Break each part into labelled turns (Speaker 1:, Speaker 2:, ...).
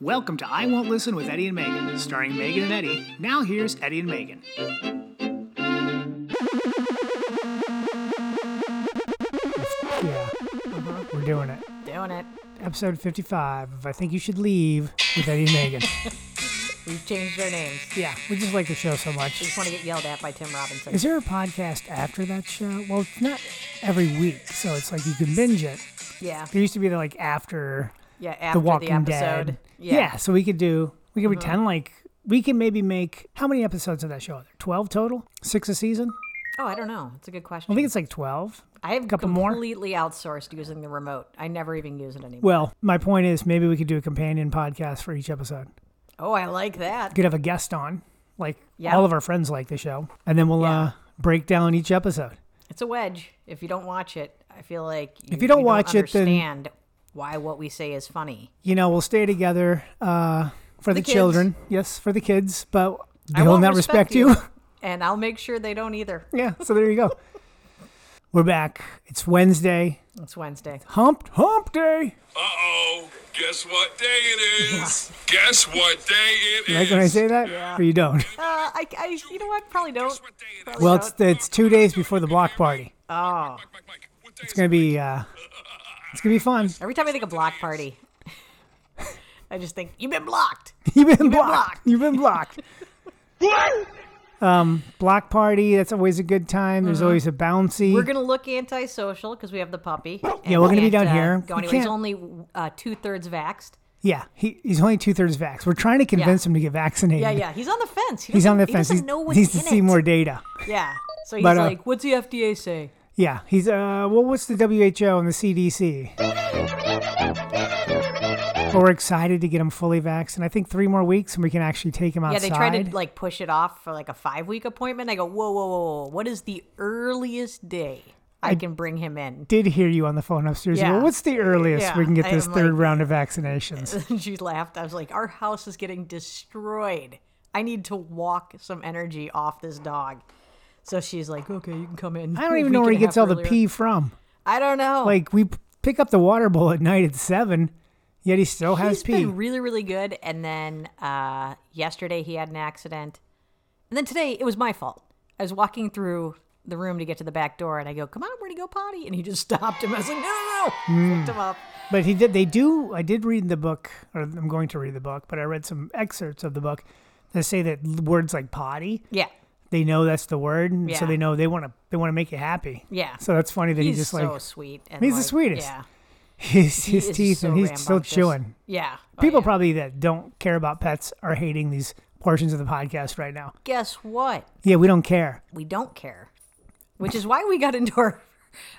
Speaker 1: Welcome to I Won't Listen with Eddie and Megan, starring Megan and Eddie. Now here's Eddie and Megan.
Speaker 2: Yeah, uh-huh. we're doing it.
Speaker 3: Doing it.
Speaker 2: Episode 55 of I Think You Should Leave with Eddie and Megan.
Speaker 3: We've changed our names.
Speaker 2: yeah, we just like the show so
Speaker 3: We
Speaker 2: much.
Speaker 3: just want to get yelled at by Tim Robinson.
Speaker 2: Is there a podcast after that show? Well, it's not every week, so it's like you can binge it.
Speaker 3: Yeah.
Speaker 2: There used to be the, like after,
Speaker 3: Yeah. After
Speaker 2: The
Speaker 3: the,
Speaker 2: Walking
Speaker 3: episode.
Speaker 2: Dead.
Speaker 3: Yeah. Mm-hmm.
Speaker 2: so we could do, we could pretend like, we can maybe make, how many episodes of that show are there? 12 total? Six a season?
Speaker 3: Oh, I don't know. It's a good question.
Speaker 2: I think it's like 12.
Speaker 3: I have
Speaker 2: couple more.
Speaker 3: completely outsourced using the remote. I never even use it anymore.
Speaker 2: Well, my point is maybe we could do a companion podcast for each episode.
Speaker 3: Oh, I like that.
Speaker 2: could have a guest on like
Speaker 3: Yeah.
Speaker 2: all of our friends like the show and then we'll
Speaker 3: Yeah.
Speaker 2: uh break down each episode
Speaker 3: It's a wedge. If you don't watch it, I feel like you,
Speaker 2: If you don't watch it, then-
Speaker 3: understand why what we say is funny.
Speaker 2: you know we'll stay together uh for the,
Speaker 3: The kids.
Speaker 2: children yes for the kids but
Speaker 3: I
Speaker 2: they will
Speaker 3: won't
Speaker 2: not respect, you,
Speaker 3: and I'll make sure they don't either.
Speaker 2: yeah so there you go we're back it's wednesday
Speaker 3: It's Wednesday.
Speaker 2: hump hump day
Speaker 4: Uh-oh. Guess what day it is? Guess what day it
Speaker 2: You
Speaker 4: is?
Speaker 2: like when i say that or you don't
Speaker 3: Uh, I, I, you know what? Probably don't.
Speaker 4: Guess what day it is?
Speaker 2: well it's it's two days before the block party
Speaker 3: Oh,
Speaker 4: Mike, Mike, Mike, what day
Speaker 2: it's
Speaker 4: is
Speaker 2: gonna be uh it's gonna be fun
Speaker 3: every time I think of block party, I just think you've been blocked.
Speaker 2: You've been, blocked.
Speaker 3: blocked.
Speaker 2: You've been blocked. um, block party. That's always a good time. There's always a bouncy.
Speaker 3: Mm-hmm. We're gonna look antisocial because we have the puppy. uh,
Speaker 2: Yeah, we're gonna be down here.
Speaker 3: Go
Speaker 2: We
Speaker 3: anywhere. He's
Speaker 2: can't-
Speaker 3: only uh, two thirds vaxxed.
Speaker 2: yeah, he, he's only two thirds vax. We're trying to convince
Speaker 3: Yeah.
Speaker 2: him to get vaccinated.
Speaker 3: Yeah, yeah. He's on the fence. He
Speaker 2: He's
Speaker 3: doesn't-
Speaker 2: on the fence.
Speaker 3: He
Speaker 2: He's,
Speaker 3: doesn't know what's
Speaker 2: needs to
Speaker 3: in
Speaker 2: see
Speaker 3: it.
Speaker 2: more data.
Speaker 3: Yeah. So he's
Speaker 2: But, uh,
Speaker 3: like, "What's the FDA say?"
Speaker 2: Yeah, he's uh. Well, what's the WHO and the CDC? But we're excited to get him fully vaxxed, and I think three more weeks, and we can actually take him
Speaker 3: Yeah,
Speaker 2: outside.
Speaker 3: they try to like push it off for like a five week appointment. I go, "Whoa, whoa, whoa! whoa. What is the earliest day I, can bring him in?"
Speaker 2: Did hear you on the phone upstairs. You go,
Speaker 3: Yeah.
Speaker 2: what's the earliest we
Speaker 3: Yeah,
Speaker 2: can get
Speaker 3: I
Speaker 2: this
Speaker 3: am
Speaker 2: third
Speaker 3: like- uh,
Speaker 2: round of vaccinations?
Speaker 3: she laughed. I was like, "Our house is getting destroyed. I need to walk some energy off this dog." So she's like, "Okay, you can come in."
Speaker 2: I don't even know where he gets all the pee from.
Speaker 3: I don't know.
Speaker 2: like we p- pick up the water bowl at night at seven, yet he still has
Speaker 3: He's
Speaker 2: pee.
Speaker 3: been really, really good. And then uh, yesterday he had an accident. And then today it was my fault. I was walking through the room to get to the back door and I go, come on, where'd he go potty? And he just stopped him. I was like, no, no,
Speaker 2: Hmm.
Speaker 3: no. Picked him up.
Speaker 2: but he did. They do. I did read the book, or I'm going to read the book, but I read some excerpts of the book that say that l- words like potty,
Speaker 3: Yeah.
Speaker 2: they know that's the word, and so
Speaker 3: Yeah.
Speaker 2: they know they want to they want to make you happy.
Speaker 3: Yeah.
Speaker 2: So that's funny that
Speaker 3: He's
Speaker 2: he just
Speaker 3: so
Speaker 2: like
Speaker 3: sweet. And
Speaker 2: he's the
Speaker 3: like,
Speaker 2: sweetest.
Speaker 3: Yeah.
Speaker 2: his,
Speaker 3: He
Speaker 2: his
Speaker 3: is
Speaker 2: teeth,
Speaker 3: so
Speaker 2: and he's still
Speaker 3: rambunctious.
Speaker 2: chewing.
Speaker 3: Yeah. Oh,
Speaker 2: People
Speaker 3: yeah.
Speaker 2: probably that don't care about pets are hating these portions of the podcast right now.
Speaker 3: Guess what?
Speaker 2: Yeah, we don't care.
Speaker 3: We don't care, which is why we got into our,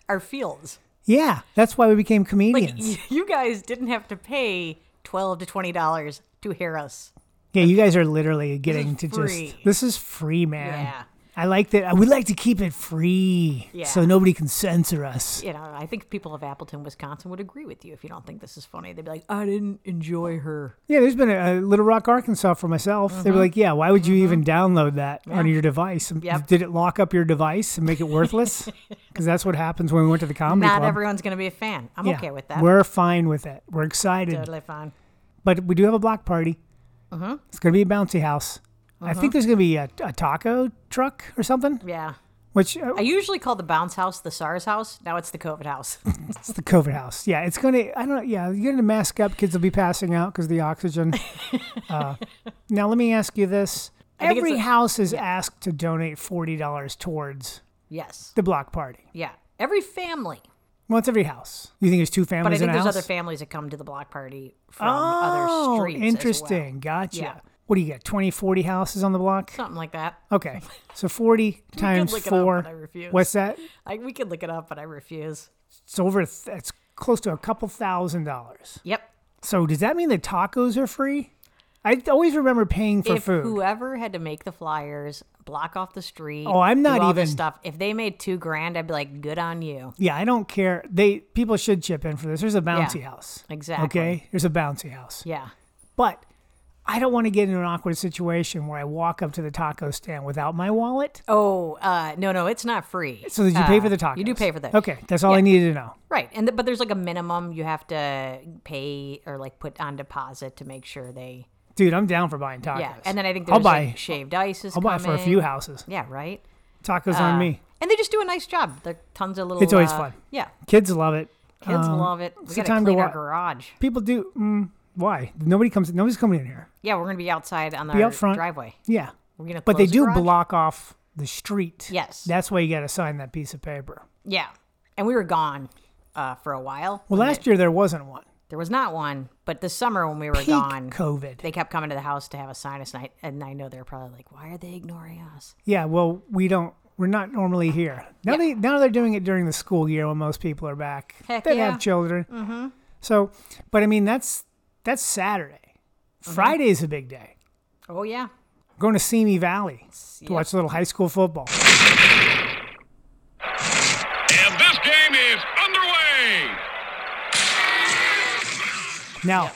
Speaker 3: our fields.
Speaker 2: Yeah, that's why we became
Speaker 3: Like,
Speaker 2: comedians.
Speaker 3: you guys didn't have to pay 12 to $20 to hear us.
Speaker 2: Yeah, you guys are literally getting to
Speaker 3: free.
Speaker 2: just this is free, man.
Speaker 3: Yeah.
Speaker 2: I like that. I would like to keep it free,
Speaker 3: Yeah.
Speaker 2: so nobody can censor us.
Speaker 3: you know, I think people of Appleton, Wisconsin would agree with you if you don't think this is funny. They'd be like, I didn't enjoy her.
Speaker 2: Yeah, there's been a, a Little Rock, Arkansas for myself. They
Speaker 3: Mm-hmm.
Speaker 2: were like, "Yeah, why would you even download that on your device? And
Speaker 3: Yep.
Speaker 2: Did it lock up your device and make it worthless? Because that's what happens when we went to the comedy
Speaker 3: Not
Speaker 2: club.
Speaker 3: everyone's going to be a fan. I'm
Speaker 2: Yeah,
Speaker 3: okay with that.
Speaker 2: We're fine with it. We're excited,
Speaker 3: totally fine.
Speaker 2: but we do have a block party.
Speaker 3: Uh-huh.
Speaker 2: It's gonna be a bouncy house. I think there's gonna be a, a taco truck or something.
Speaker 3: Yeah.
Speaker 2: Which uh,
Speaker 3: I usually call the bounce house the SARS house. Now it's the COVID house.
Speaker 2: It's the COVID house. Yeah, it's gonna. I don't. Yeah, you're gonna mask up. Kids will be passing out because the oxygen. uh, now let me ask you this:
Speaker 3: think it's
Speaker 2: Every
Speaker 3: a-
Speaker 2: house is asked to donate forty dollars towards
Speaker 3: yes.
Speaker 2: the block party.
Speaker 3: Yeah. Every family.
Speaker 2: Well, it's every house. You think there's two
Speaker 3: But I
Speaker 2: families in
Speaker 3: think
Speaker 2: a
Speaker 3: there's
Speaker 2: house?
Speaker 3: other families that come to the block party from
Speaker 2: oh,
Speaker 3: other streets. as well.
Speaker 2: interesting. Gotcha.
Speaker 3: Yeah.
Speaker 2: What do you get? 20, 40 houses on the block?
Speaker 3: Something like that.
Speaker 2: Okay. So 40 times
Speaker 3: look it up,
Speaker 2: four.
Speaker 3: but I refuse.
Speaker 2: What's that?
Speaker 3: I, we could look it up, but I refuse.
Speaker 2: It's over, th- it's close to a couple thousand dollars.
Speaker 3: Yep.
Speaker 2: So does that mean the tacos are free? I always remember paying for
Speaker 3: if
Speaker 2: food.
Speaker 3: whoever had to make the flyers block off the street
Speaker 2: Oh, I'm
Speaker 3: do
Speaker 2: not
Speaker 3: all this
Speaker 2: even-
Speaker 3: stuff if they made two grand i'd be like good on you
Speaker 2: Yeah, I don't care. They people should chip in for this. There's a bouncy
Speaker 3: Yeah,
Speaker 2: house.
Speaker 3: exactly.
Speaker 2: Okay, there's a bouncy house.
Speaker 3: yeah
Speaker 2: But I don't want to get into an awkward situation where I walk up to the taco stand without my wallet.
Speaker 3: Oh, uh, no, no, it's not free. Uh,
Speaker 2: So did you pay for the tacos?
Speaker 3: You do pay for that.
Speaker 2: Okay, that's all I needed to know.
Speaker 3: Right. And th- but there's like a minimum you have to pay or like put on deposit to make sure they
Speaker 2: Dude, I'm down for buying tacos.
Speaker 3: Yeah. And then I think there's
Speaker 2: I'll buy.
Speaker 3: like shaved ice is
Speaker 2: I'll buy for a
Speaker 3: coming. Uh,
Speaker 2: few houses.
Speaker 3: Yeah, right.
Speaker 2: Tacos on me.
Speaker 3: And they just do a nice job. There are tons of little
Speaker 2: It's always
Speaker 3: uh,
Speaker 2: fun.
Speaker 3: Yeah.
Speaker 2: Kids love it.
Speaker 3: Kids
Speaker 2: Um,
Speaker 3: love it. We
Speaker 2: it's the
Speaker 3: gotta
Speaker 2: time to
Speaker 3: clean our
Speaker 2: wa-
Speaker 3: garage.
Speaker 2: People do. Mm, why? Nobody comes. Nobody's coming in here.
Speaker 3: Yeah, we're gonna be outside on the
Speaker 2: out front.
Speaker 3: driveway.
Speaker 2: Yeah.
Speaker 3: We're gonna
Speaker 2: But they
Speaker 3: close the
Speaker 2: do
Speaker 3: garage.
Speaker 2: block off the street.
Speaker 3: Yes.
Speaker 2: That's why you got to sign that piece of paper.
Speaker 3: Yeah. And we were gone uh, for a while.
Speaker 2: Well, last year there wasn't one.
Speaker 3: there was not one, but this summer when we were
Speaker 2: Peak
Speaker 3: gone,
Speaker 2: COVID.
Speaker 3: they kept coming to the house to have a sinus night, and I know they're probably like, "Why are they ignoring us?"
Speaker 2: yeah. Well, we don't. We're not normally here. Now they now they're doing it during the school year when most people are back.
Speaker 3: Heck
Speaker 2: they
Speaker 3: yeah.
Speaker 2: have children. Mm-hmm. So, but I mean that's that's Saturday.
Speaker 3: Mm-hmm.
Speaker 2: Friday's a big day.
Speaker 3: Oh yeah,
Speaker 2: We're going to Simi Valley to
Speaker 3: yeah.
Speaker 2: watch a little high school football.
Speaker 4: And this game is underway.
Speaker 2: Now,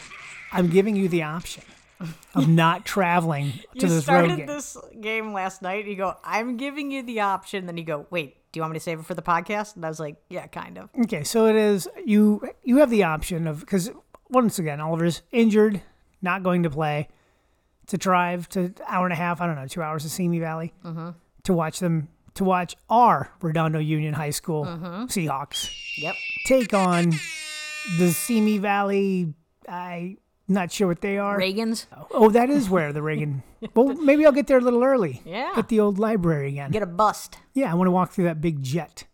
Speaker 2: I'm giving you the option of not traveling to
Speaker 3: you
Speaker 2: this road
Speaker 3: started
Speaker 2: game.
Speaker 3: this game last night. You go, "I'm giving you the option," then you go, "Wait, do you want me to save it for the podcast?" And I was like, "Yeah, kind of."
Speaker 2: Okay, so it is you. You have the option of because once again, Oliver's injured, not going to play. To drive to hour and a half, I don't know, two hours to Simi Valley
Speaker 3: Mm-hmm.
Speaker 2: to watch them to watch our Redondo Union High School
Speaker 3: Mm-hmm.
Speaker 2: Seahawks
Speaker 3: Yep.
Speaker 2: take on the Simi Valley. I not sure what they are.
Speaker 3: Reagan's
Speaker 2: Oh, that is where the Reagan. well, maybe I'll get there a little early.
Speaker 3: Yeah.
Speaker 2: Get the old library again.
Speaker 3: get a bust.
Speaker 2: yeah, I want to walk through that big jet.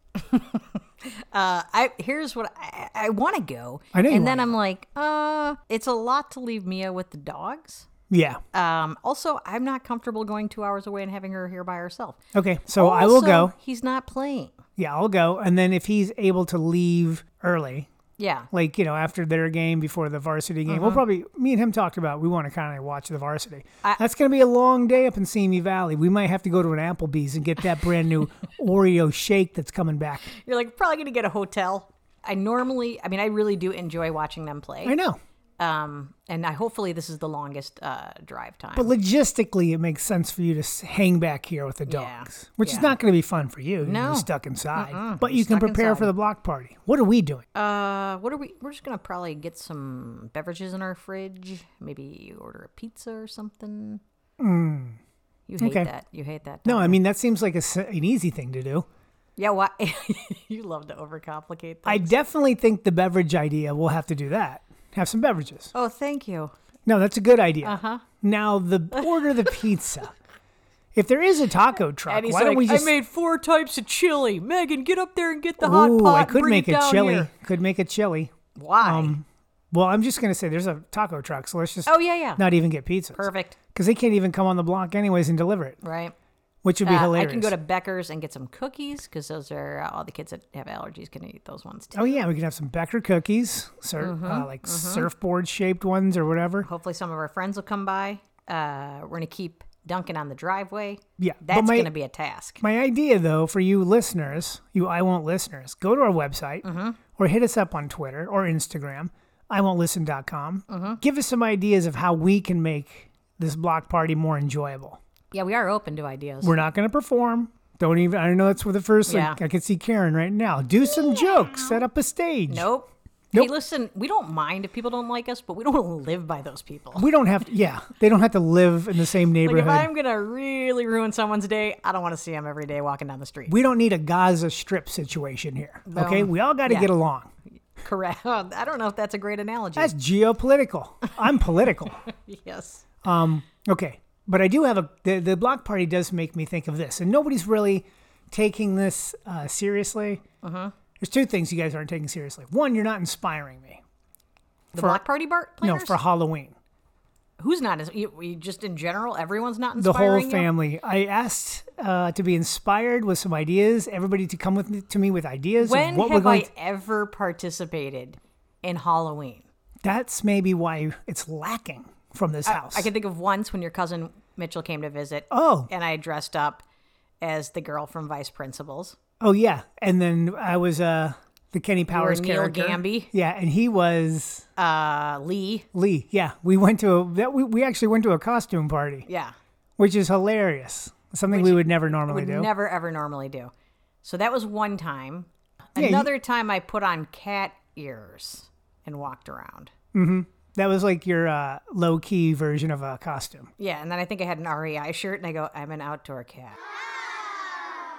Speaker 3: Uh, I here's what I, I want to go.
Speaker 2: I know you
Speaker 3: And then
Speaker 2: wanna
Speaker 3: I'm like, uh, it's a lot to leave Mia with the dogs.
Speaker 2: Yeah.
Speaker 3: Um, also, I'm not comfortable going two hours away and having her here by herself.
Speaker 2: Okay, so I will
Speaker 3: Also,
Speaker 2: go.
Speaker 3: He's not playing.
Speaker 2: Yeah, I'll go. And then if he's able to leave early,
Speaker 3: Yeah.
Speaker 2: like, you know, after their game, before the varsity game,
Speaker 3: Uh-huh.
Speaker 2: we'll probably, me and him talked about we want to kind of watch the varsity. That's going to be a long day up in Simi Valley. We might have to go to an Applebee's and get that brand new Oreo shake that's coming back.
Speaker 3: You're like probably gonna get a hotel. I normally, I mean, I really do enjoy watching them play.
Speaker 2: I know.
Speaker 3: Um, and I hopefully this is the longest uh drive time.
Speaker 2: But logistically, it makes sense for you to s- hang back here with the
Speaker 3: Yeah,
Speaker 2: dogs, which is
Speaker 3: yeah.
Speaker 2: not going to be fun for you.
Speaker 3: No.
Speaker 2: You're stuck inside. But you can
Speaker 3: stuck
Speaker 2: prepare for
Speaker 3: inside.
Speaker 2: the block party. What are we doing?
Speaker 3: uh, what are we? We're just gonna probably get some beverages in our fridge. Maybe order a pizza or something. You hate
Speaker 2: Mm. Okay.
Speaker 3: that. You hate that.
Speaker 2: no, I mean, that seems like a s an easy thing to do.
Speaker 3: Yeah, why? you love to overcomplicate things.
Speaker 2: I definitely think the beverage idea, we'll have to do that. Have some beverages.
Speaker 3: oh, thank you.
Speaker 2: No, that's a good idea. Uh-huh. Now, the order the pizza. If there is a taco truck,
Speaker 3: And he's
Speaker 2: why don't
Speaker 3: like,
Speaker 2: we just
Speaker 3: I made four types of chili. Megan, get up there and get the hot
Speaker 2: Ooh,
Speaker 3: pot.
Speaker 2: I
Speaker 3: and
Speaker 2: could
Speaker 3: bring
Speaker 2: make
Speaker 3: it
Speaker 2: a
Speaker 3: down
Speaker 2: chili. Um,
Speaker 3: here."
Speaker 2: Could make a chili.
Speaker 3: Why?
Speaker 2: Well, I'm just going to say there's a taco truck, so let's just
Speaker 3: Oh, yeah, yeah.
Speaker 2: not even get pizza.
Speaker 3: Perfect.
Speaker 2: Cuz they can't even come on the block anyways and deliver it,
Speaker 3: Right.
Speaker 2: which would be
Speaker 3: Uh,
Speaker 2: hilarious.
Speaker 3: I can go to Becker's and get some cookies because those are uh, all the kids that have allergies can eat those ones too.
Speaker 2: Oh yeah, we can have some Becker cookies, sur-
Speaker 3: Mm-hmm,
Speaker 2: uh, like surfboard shaped ones or whatever.
Speaker 3: Hopefully, some of our friends will come by. Uh, we're gonna keep Duncan on the driveway.
Speaker 2: Yeah, but
Speaker 3: that's
Speaker 2: my-
Speaker 3: gonna be a task.
Speaker 2: My idea, though, for you listeners, you I Won't listeners, go to our website
Speaker 3: Mm-hmm.
Speaker 2: or hit us up on Twitter or Instagram, iwon'tlisten.com.
Speaker 3: Mm-hmm.
Speaker 2: Give us some ideas of how we can make this block party more enjoyable.
Speaker 3: yeah, we are open to ideas.
Speaker 2: We're not going to perform. Don't even, I know that's what the first,
Speaker 3: Yeah.
Speaker 2: like, I can see Karen right now. Do some jokes, set up a stage.
Speaker 3: nope. Hey,
Speaker 2: Nope.
Speaker 3: listen, we don't mind if people don't like us, but we don't live by those people.
Speaker 2: We don't have to, yeah, they don't have to live in the same
Speaker 3: Like if
Speaker 2: neighborhood.
Speaker 3: I'm gonna really ruin someone's day, I don't want to see him every day walking down the street.
Speaker 2: we don't need a Gaza Strip situation here. Okay.
Speaker 3: No.
Speaker 2: We all got to
Speaker 3: Yeah.
Speaker 2: get along.
Speaker 3: Correct. I don't know if that's a great analogy.
Speaker 2: That's geopolitical. I'm political.
Speaker 3: yes.
Speaker 2: Okay, but I do have a the, the block party does make me think of this, and nobody's really taking this uh, seriously. Uh-huh. There's two things you guys aren't taking seriously. One, you're not inspiring me.
Speaker 3: The block party bar
Speaker 2: No,
Speaker 3: planners?
Speaker 2: for Halloween,
Speaker 3: who's not? Is you, you just in general, everyone's not
Speaker 2: the
Speaker 3: inspiring
Speaker 2: whole
Speaker 3: you?
Speaker 2: family. I asked uh, to be inspired with some ideas. Everybody to come with me, to me with ideas. of
Speaker 3: When
Speaker 2: what we're
Speaker 3: have I
Speaker 2: going to-
Speaker 3: ever participated in Halloween?
Speaker 2: That's maybe why it's lacking from this house.
Speaker 3: I can think of once when your cousin Mitchell came to visit.
Speaker 2: Oh.
Speaker 3: and I dressed up as the girl from Vice Principals.
Speaker 2: oh yeah, and then I was uh, the Kenny Powers
Speaker 3: Neil
Speaker 2: character.
Speaker 3: Gamby.
Speaker 2: Yeah, and he was
Speaker 3: Uh, Lee.
Speaker 2: Lee. Yeah, we went to a that we, we actually went to a costume party,
Speaker 3: Yeah.
Speaker 2: which is hilarious. Something we would never normally
Speaker 3: would
Speaker 2: do.
Speaker 3: never ever normally do. So that was one time.
Speaker 2: you-
Speaker 3: Another time I put on cat ears and walked around.
Speaker 2: that was like your uh, low key version of a costume.
Speaker 3: Yeah, and then I think I had an REI shirt and I go, I'm an outdoor cat.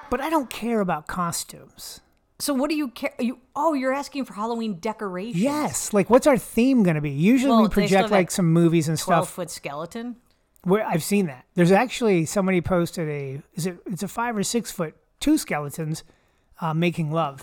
Speaker 2: But I don't care about costumes.
Speaker 3: So what do you care? You oh, you're asking for Halloween decorations.
Speaker 2: Yes, like what's our theme going to be? Usually
Speaker 3: Well,
Speaker 2: we
Speaker 3: they still
Speaker 2: project
Speaker 3: have
Speaker 2: like
Speaker 3: that
Speaker 2: some movies and
Speaker 3: Twelve
Speaker 2: stuff.
Speaker 3: foot skeleton.
Speaker 2: Where I've seen that. There's actually somebody posted a is it it's a five or six foot two skeletons uh, making love.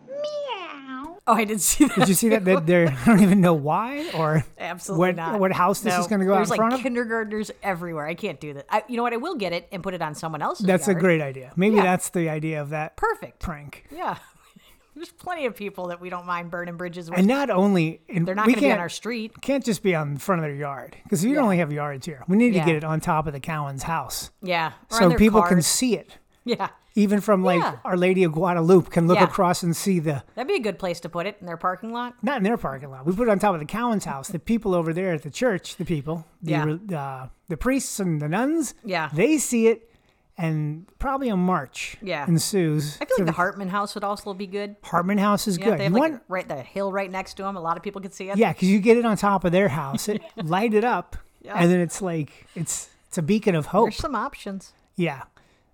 Speaker 3: Oh, I didn't see that.
Speaker 2: Did you see that? that they're I don't even know why or
Speaker 3: Absolutely
Speaker 2: what,
Speaker 3: not.
Speaker 2: What house this
Speaker 3: No.
Speaker 2: is going to go out in
Speaker 3: There's like
Speaker 2: front of?
Speaker 3: kindergartners everywhere. I can't do that. I, you know what? I will get it and put it on someone else's.
Speaker 2: That's a
Speaker 3: yard.
Speaker 2: great idea. Maybe
Speaker 3: Yeah.
Speaker 2: that's the idea of that
Speaker 3: perfect.
Speaker 2: prank.
Speaker 3: Yeah. There's plenty of people that we don't mind burning bridges with.
Speaker 2: And not only in,
Speaker 3: They're not
Speaker 2: we
Speaker 3: going to be on
Speaker 2: can't-
Speaker 3: our street.
Speaker 2: Can't just be on the front of their yard because you only have yards here. We need to
Speaker 3: Yeah.
Speaker 2: get it on top of the Cowan's house
Speaker 3: Yeah. Or on
Speaker 2: so
Speaker 3: their
Speaker 2: people can
Speaker 3: cars.
Speaker 2: see it.
Speaker 3: Yeah.
Speaker 2: Even from like
Speaker 3: Yeah.
Speaker 2: Our Lady of Guadalupe can look
Speaker 3: Yeah.
Speaker 2: across and see the
Speaker 3: That'd be a good place to put it in their parking lot.
Speaker 2: not in their parking lot. We put it on top of the Cowan's house. The people over there at the church, the people, the
Speaker 3: Yeah.
Speaker 2: re- uh, the priests and the nuns,
Speaker 3: Yeah.
Speaker 2: they see it, and probably a march
Speaker 3: Yeah.
Speaker 2: ensues.
Speaker 3: I feel
Speaker 2: to
Speaker 3: like the Hartman house would also be good.
Speaker 2: Hartman House is
Speaker 3: Yeah,
Speaker 2: good.
Speaker 3: they have
Speaker 2: You
Speaker 3: like
Speaker 2: want-
Speaker 3: right the hill right next to them. A lot of people could see it.
Speaker 2: yeah, because you get it on top of their house, it light it up, and then it's like it's it's a beacon of hope.
Speaker 3: There's some options.
Speaker 2: Yeah,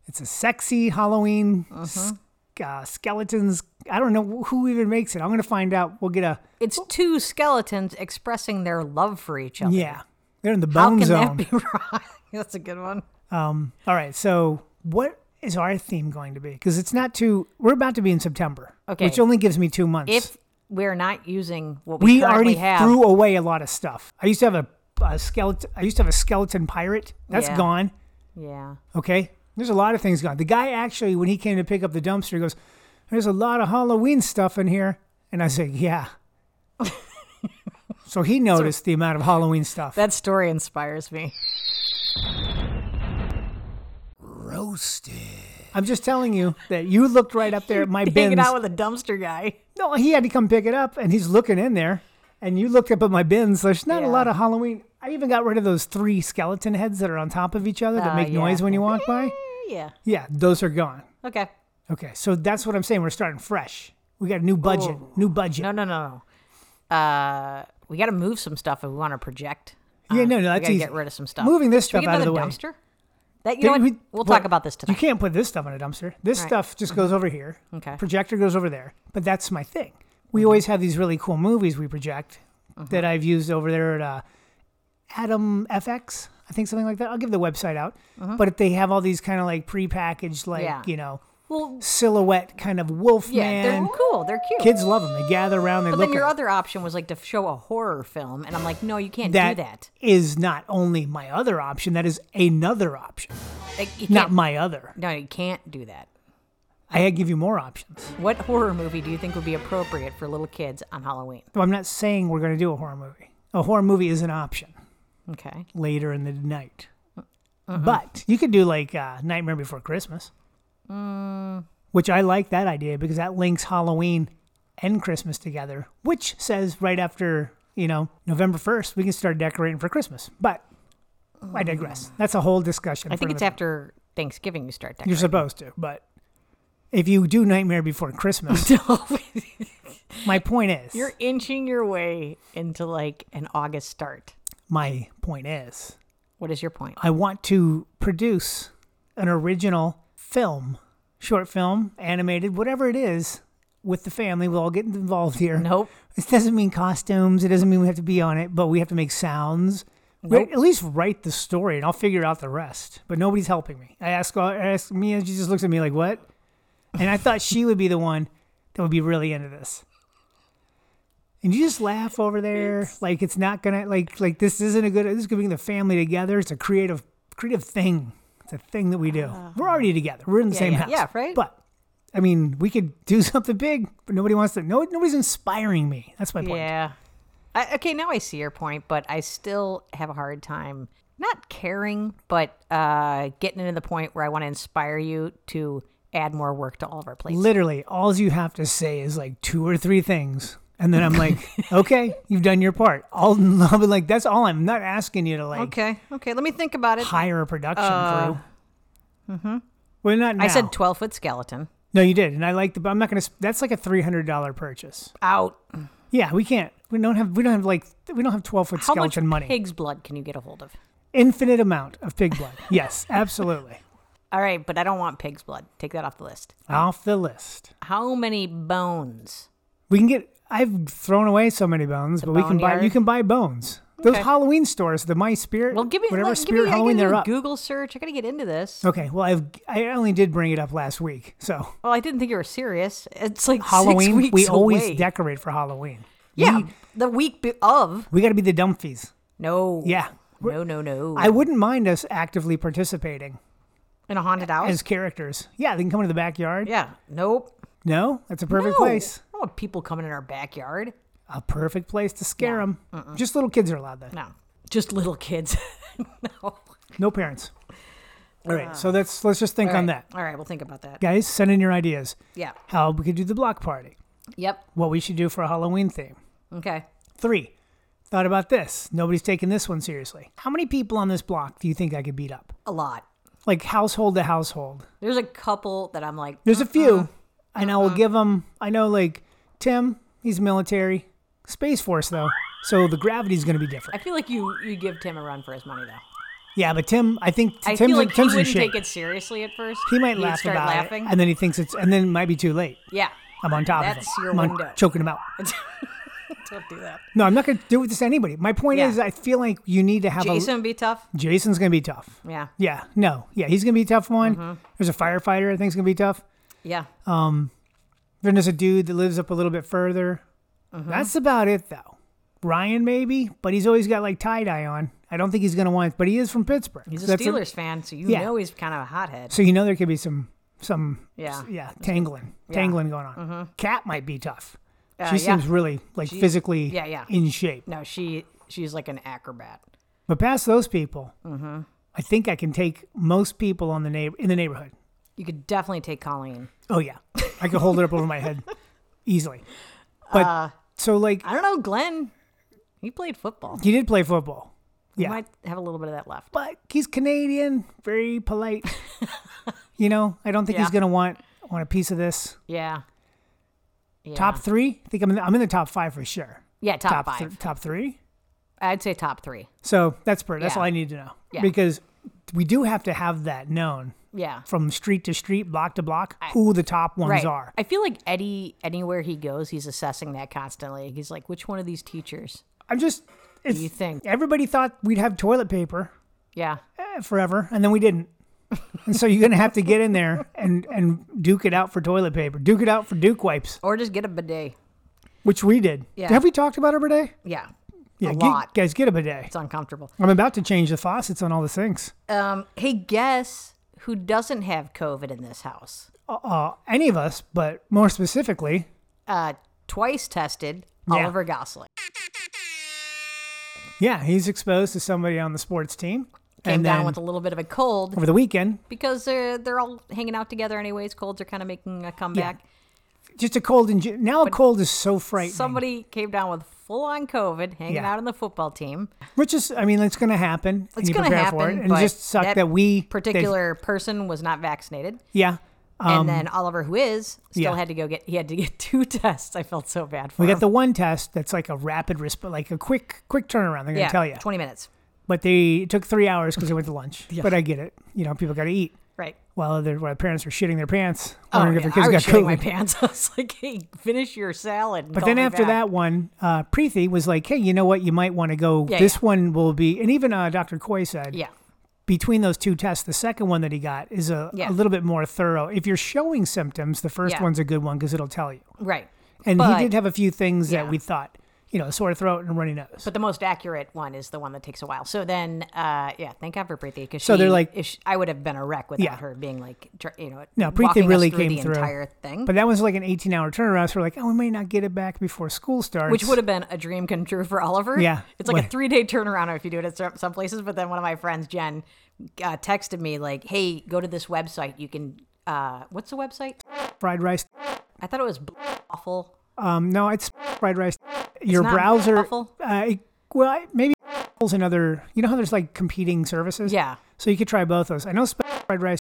Speaker 2: it's a sexy Halloween s-
Speaker 3: Uh-huh.
Speaker 2: uh, skeletons. I don't know who even makes it. I'm gonna find out. We'll get a
Speaker 3: It's two skeletons expressing their love for each other.
Speaker 2: yeah. They're in the
Speaker 3: How
Speaker 2: bone
Speaker 3: can
Speaker 2: zone.
Speaker 3: that be wrong? That's a good one.
Speaker 2: All right. So, what is our theme going to be? Because it's not too. We're about to be in September,
Speaker 3: Okay.
Speaker 2: which only gives me two months.
Speaker 3: If we're not using what we,
Speaker 2: we
Speaker 3: currently
Speaker 2: already
Speaker 3: have,
Speaker 2: threw away a lot of stuff. I used to have a, a skeleton. I used to have a skeleton pirate. That's
Speaker 3: Yeah.
Speaker 2: gone.
Speaker 3: yeah,
Speaker 2: Okay. There's a lot of things gone. The guy actually, when he came to pick up the dumpster, he goes, "There's a lot of Halloween stuff in here," and I say, "Yeah." so he noticed the amount of Halloween stuff.
Speaker 3: that story inspires me.
Speaker 2: I'm just telling you that you looked right up there at my
Speaker 3: Hanging
Speaker 2: bins.
Speaker 3: out with a dumpster guy.
Speaker 2: No, he had to come pick it up, and he's looking in there. And you looked up at my bins. There's not a
Speaker 3: Yeah.
Speaker 2: lot of Halloween. I even got rid of those three skeleton heads that are on top of each other that
Speaker 3: Oh,
Speaker 2: make
Speaker 3: yeah.
Speaker 2: noise when you walk by.
Speaker 3: Eh, Yeah.
Speaker 2: Yeah, those are gone.
Speaker 3: Okay.
Speaker 2: Okay, so that's what I'm saying. We're starting fresh. We got a new budget. New budget.
Speaker 3: No, no, no, no. Uh, we got to move some stuff if we want to project. Uh,
Speaker 2: yeah, no, no,
Speaker 3: we
Speaker 2: that's
Speaker 3: gotta
Speaker 2: easy.
Speaker 3: get rid of some stuff.
Speaker 2: Moving this
Speaker 3: Should we
Speaker 2: stuff
Speaker 3: get
Speaker 2: out of the
Speaker 3: another
Speaker 2: way.
Speaker 3: dumpster? That you know what?
Speaker 2: We-
Speaker 3: We'll,
Speaker 2: well,
Speaker 3: talk about this
Speaker 2: You
Speaker 3: tonight.
Speaker 2: can't put this stuff in a dumpster. This stuff just goes over here.
Speaker 3: Mm-hmm. Okay. Mm-hmm.
Speaker 2: Projector goes over there. But that's my thing. We always have these really cool movies we project that I've used over there at uh, Adam FX. I think something like that. I'll give the website out. But if they have all these kind of like prepackaged, like
Speaker 3: Mm-hmm. Yeah.
Speaker 2: you know,
Speaker 3: Well,
Speaker 2: silhouette kind of wolf
Speaker 3: yeah,
Speaker 2: man.
Speaker 3: they're cool. They're cute.
Speaker 2: Kids love them. They gather around. They
Speaker 3: but
Speaker 2: look.
Speaker 3: then your
Speaker 2: at 'em.
Speaker 3: other option was like to show a horror film, and I'm like, no, you can't
Speaker 2: that
Speaker 3: do that.
Speaker 2: is not only my other option. That is another option.
Speaker 3: Like, you
Speaker 2: Not
Speaker 3: can't-
Speaker 2: my other.
Speaker 3: No, you can't do that.
Speaker 2: I give you more options.
Speaker 3: What horror movie do you think would be appropriate for little kids on Halloween?
Speaker 2: Well, I'm not saying we're going to do a horror movie. A horror movie is an option
Speaker 3: Okay.
Speaker 2: later in the night. But you could do like uh, Nightmare Before Christmas, which I like that idea because that links Halloween and Christmas together, which says right after, you know, November 1st, we can start decorating for Christmas. But I digress. That's a whole discussion.
Speaker 3: I think it's
Speaker 2: after.
Speaker 3: after Thanksgiving you start
Speaker 2: You're
Speaker 3: decorating.
Speaker 2: supposed to, but if you do Nightmare Before Christmas, my point is,
Speaker 3: You're inching your way into like an August start.
Speaker 2: my point is,
Speaker 3: What is your point?
Speaker 2: I want to produce an original film, short film, animated, whatever it is, with the family. We'll all get involved here.
Speaker 3: Nope.
Speaker 2: This doesn't mean costumes. It doesn't mean we have to be on it, but we have to make sounds. Write- At least write the story, and I'll figure out the rest. But nobody's helping me. I ask, I ask Mia, and she just looks at me like, "What?" And I thought she would be the one that would be really into this. And you just laugh over there, like it's not gonna, like, like this isn't a good. This is gonna bring the family together. It's a creative, creative thing. It's a thing that we do. We're already together. We're in the same
Speaker 3: Ah. yeah,
Speaker 2: house.
Speaker 3: yeah, right?
Speaker 2: But I mean, we could do something big, but nobody wants to. No, nobody's inspiring me. That's my point.
Speaker 3: Yeah. I, okay, now I see your point, but I still have a hard time not caring, but uh, getting into the point where I want to inspire you to add more work to all of our plates.
Speaker 2: Literally, all you have to say is like two or three things. And then I'm like, okay, you've done your part. I'll, I'll be like, that's all. I'm not asking you to like
Speaker 3: Okay. Okay. Let me think about it.
Speaker 2: hire a production crew. Mm-hmm. Well, not now.
Speaker 3: I said 12 foot skeleton.
Speaker 2: no, you did, and I like the. I'm not gonna. sp- That's like a three hundred dollar purchase.
Speaker 3: Out.
Speaker 2: Yeah, we can't. We don't have. We don't have like. We don't have twelve foot
Speaker 3: How much
Speaker 2: skeleton money.
Speaker 3: pig's blood can you get a hold of?
Speaker 2: Infinite amount of pig blood. yes, absolutely.
Speaker 3: All right, but I don't want pig's blood. Take that off the list.
Speaker 2: Off the list.
Speaker 3: How many bones?
Speaker 2: We can get. I've thrown away so many bones, but we can buy.
Speaker 3: boneyard.
Speaker 2: You can buy bones. Those Halloween stores, the My Spirit,
Speaker 3: Well, give me
Speaker 2: whatever
Speaker 3: like, give
Speaker 2: Spirit
Speaker 3: me, I
Speaker 2: Halloween
Speaker 3: gotta do
Speaker 2: they're
Speaker 3: a
Speaker 2: up.
Speaker 3: Google search. I got to get into this.
Speaker 2: Okay, well, I've I only did bring it up last week, so
Speaker 3: Well, I didn't think you were serious. It's like Six
Speaker 2: Halloween
Speaker 3: weeks
Speaker 2: we always
Speaker 3: away.
Speaker 2: decorate for Halloween.
Speaker 3: yeah,
Speaker 2: we,
Speaker 3: the week be- of.
Speaker 2: we got to be the dumpfies.
Speaker 3: No.
Speaker 2: Yeah,
Speaker 3: No, no, no.
Speaker 2: I wouldn't mind us actively participating
Speaker 3: in a haunted house.
Speaker 2: as characters. Yeah, they can come into the backyard.
Speaker 3: yeah. Nope.
Speaker 2: No, that's a perfect
Speaker 3: No.
Speaker 2: place.
Speaker 3: I don't want people coming in our backyard.
Speaker 2: A perfect place to scare them. Just little kids are allowed though.
Speaker 3: No. Just little kids. no.
Speaker 2: No parents. All right, so that's let's just think
Speaker 3: Uh. All
Speaker 2: on
Speaker 3: right.
Speaker 2: that,
Speaker 3: All right, we'll think about that.
Speaker 2: guys. Send in your ideas.
Speaker 3: Yeah.
Speaker 2: How we could do the block party.
Speaker 3: Yep.
Speaker 2: What we should do for a Halloween theme.
Speaker 3: Okay.
Speaker 2: Three. Thought about this. Nobody's taking this one seriously. How many people on this block do you think I could beat up?
Speaker 3: A lot.
Speaker 2: Like household to household.
Speaker 3: There's a couple that I'm like,
Speaker 2: There's a few, and I will give them. I know, like Tim, he's military, Space Force though, so the gravity's going to be
Speaker 3: I
Speaker 2: different.
Speaker 3: feel like you you give Tim a run for his money though.
Speaker 2: Yeah, but Tim, I think
Speaker 3: I
Speaker 2: Tim's,
Speaker 3: feel like he
Speaker 2: Tim's in
Speaker 3: wouldn't
Speaker 2: shape.
Speaker 3: take it seriously at first.
Speaker 2: He might
Speaker 3: He'd
Speaker 2: laugh
Speaker 3: start
Speaker 2: about
Speaker 3: laughing.
Speaker 2: it, and then he thinks it's, and then it might be too late.
Speaker 3: yeah.
Speaker 2: I'm on top of him.
Speaker 3: That's your
Speaker 2: I'm on-
Speaker 3: window.
Speaker 2: choking him out.
Speaker 3: Don't do that.
Speaker 2: No, I'm not going to do this to anybody. My point
Speaker 3: Yeah.
Speaker 2: is, I feel like you need to have
Speaker 3: Jason would be tough.
Speaker 2: a. Jason's going to be tough.
Speaker 3: Yeah.
Speaker 2: Yeah, no, yeah, he's going to be a tough one.
Speaker 3: Mm-hmm.
Speaker 2: There's a firefighter I think's going to be tough.
Speaker 3: Yeah.
Speaker 2: Oh, Then there's a dude that lives up a little bit further.
Speaker 3: Mm-hmm.
Speaker 2: That's about it, though. Ryan, maybe, but he's always got like tie dye on. I don't think he's going to want, but he is from Pittsburgh.
Speaker 3: He's
Speaker 2: So
Speaker 3: a
Speaker 2: that's a-
Speaker 3: Steelers fan, so you
Speaker 2: Yeah.
Speaker 3: know he's kind of a hothead.
Speaker 2: so you know there could be some, some,
Speaker 3: Yeah. Mm-hmm.
Speaker 2: yeah, tangling, tangling going on. Cat might be tough. she
Speaker 3: Uh, yeah.
Speaker 2: seems really like physically,
Speaker 3: yeah, yeah.
Speaker 2: in shape.
Speaker 3: No, she she's like an acrobat.
Speaker 2: But past those people,
Speaker 3: Mm-hmm.
Speaker 2: I think I can take most people on the neighbor in the neighborhood.
Speaker 3: You could definitely take Colleen.
Speaker 2: Oh yeah, I could hold it up over my head easily. But so like
Speaker 3: Uh, I don't know, Glenn. He played football.
Speaker 2: he did play football.
Speaker 3: You
Speaker 2: Yeah.
Speaker 3: might have a little bit of that left.
Speaker 2: but he's Canadian, very polite. you know, I don't think he's
Speaker 3: Yeah.
Speaker 2: gonna want want a piece of this.
Speaker 3: Yeah. yeah.
Speaker 2: Top three? I think I'm in the, I'm in the top five for sure.
Speaker 3: Yeah,
Speaker 2: top
Speaker 3: top, five.
Speaker 2: thr- top three.
Speaker 3: I'd say top three.
Speaker 2: So that's per. That's
Speaker 3: Yeah.
Speaker 2: all I need to know
Speaker 3: Yeah.
Speaker 2: because we do have to have that known
Speaker 3: Yeah.
Speaker 2: from street to street, block to block, who the top ones
Speaker 3: Right.
Speaker 2: are.
Speaker 3: I feel like Eddie, anywhere he goes, he's assessing that constantly. He's like, which one of these teachers?
Speaker 2: I'm just. It's,
Speaker 3: you think?
Speaker 2: everybody thought we'd have toilet paper?
Speaker 3: Yeah.
Speaker 2: eh, forever, and then we didn't. and so you're gonna have to get in there and and duke it out for toilet paper, duke it out for Duke wipes,
Speaker 3: Or just get a bidet.
Speaker 2: which we did.
Speaker 3: Yeah.
Speaker 2: Have we talked about a bidet?
Speaker 3: Yeah.
Speaker 2: Yeah,
Speaker 3: a
Speaker 2: get-
Speaker 3: lot.
Speaker 2: guys, get a bidet.
Speaker 3: It's uncomfortable.
Speaker 2: I'm about to change the faucets on all the sinks.
Speaker 3: Um, hey, guess who doesn't have COVID in this house?
Speaker 2: Uh, any of us, but more specifically,
Speaker 3: Uh, twice tested
Speaker 2: Yeah.
Speaker 3: Oliver Gosling.
Speaker 2: yeah, he's exposed to somebody on the sports team,
Speaker 3: Came
Speaker 2: and
Speaker 3: down
Speaker 2: then
Speaker 3: with a little bit of a cold
Speaker 2: over the weekend,
Speaker 3: because they're, they're all hanging out together anyways. Colds are kind of making a comeback.
Speaker 2: just a cold. And now a cold is so frightening.
Speaker 3: Somebody came down with full on COVID hanging
Speaker 2: Yeah.
Speaker 3: out on the football team.
Speaker 2: which is, I mean, it's going to happen. and
Speaker 3: It's
Speaker 2: you
Speaker 3: going to
Speaker 2: prepare
Speaker 3: happen.
Speaker 2: for it, and
Speaker 3: but
Speaker 2: it just suck that, we that-
Speaker 3: particular person was not vaccinated.
Speaker 2: yeah,
Speaker 3: and then Oliver, who is,
Speaker 2: Um,
Speaker 3: still
Speaker 2: yeah.
Speaker 3: had to go get he had to get two tests. I felt so bad for
Speaker 2: We
Speaker 3: him.
Speaker 2: got the one test that's like a rapid response, like a quick, quick turnaround. They're gonna
Speaker 3: yeah,
Speaker 2: tell you,
Speaker 3: twenty minutes,
Speaker 2: but they it took three hours because they went to lunch. But I get it. You know, people got to eat.
Speaker 3: right?
Speaker 2: While their while parents are shitting their pants, wondering if their
Speaker 3: Oh, I was
Speaker 2: kids got
Speaker 3: shitting my
Speaker 2: COVID.
Speaker 3: pants. I was like, "Hey, finish your salad." and
Speaker 2: But
Speaker 3: call
Speaker 2: then
Speaker 3: me
Speaker 2: after
Speaker 3: back."
Speaker 2: that one, uh, Preethi was like, "Hey, you know what? You might want to go.
Speaker 3: Yeah,
Speaker 2: this
Speaker 3: yeah.
Speaker 2: one will be." And even uh, Dr. Coy said,
Speaker 3: yeah,
Speaker 2: between those two tests, the second one that he got is a, a
Speaker 3: Yeah.
Speaker 2: little bit more thorough. If you're showing symptoms, the first
Speaker 3: Yeah.
Speaker 2: one's a good one because it'll tell you.
Speaker 3: right.
Speaker 2: And
Speaker 3: But-
Speaker 2: he did have a few things
Speaker 3: Yeah.
Speaker 2: that we thought, you know, sore throat and runny nose.
Speaker 3: But the most accurate one is the one that takes a while. So then, uh, yeah, thank God for Preeti because
Speaker 2: So they're like-
Speaker 3: if she, I would have been a wreck without
Speaker 2: Yeah.
Speaker 3: her being like, dr- you know,
Speaker 2: No, Preeti
Speaker 3: walking us
Speaker 2: really
Speaker 3: through
Speaker 2: came
Speaker 3: the
Speaker 2: through.
Speaker 3: entire thing,
Speaker 2: But that was like an 18 hour turnaround. So we're like, oh, we may not get it back before school starts.
Speaker 3: which would have been a dream come true for Oliver.
Speaker 2: Yeah.
Speaker 3: It's like a
Speaker 2: What-
Speaker 3: three day turnaround if you do it at cer- some places. But then one of my friends, Jen, uh, texted me, like, hey, go to this website. You can uh, what's the website?
Speaker 2: fried rice.
Speaker 3: I thought it was bl- awful.
Speaker 2: Um, no, it's fried rice. Your
Speaker 3: not
Speaker 2: browser.
Speaker 3: awful?
Speaker 2: Uh, it- well, I- maybe is another. You know how there's like competing services.
Speaker 3: Yeah.
Speaker 2: So you could try both those. I know sp- fried rice.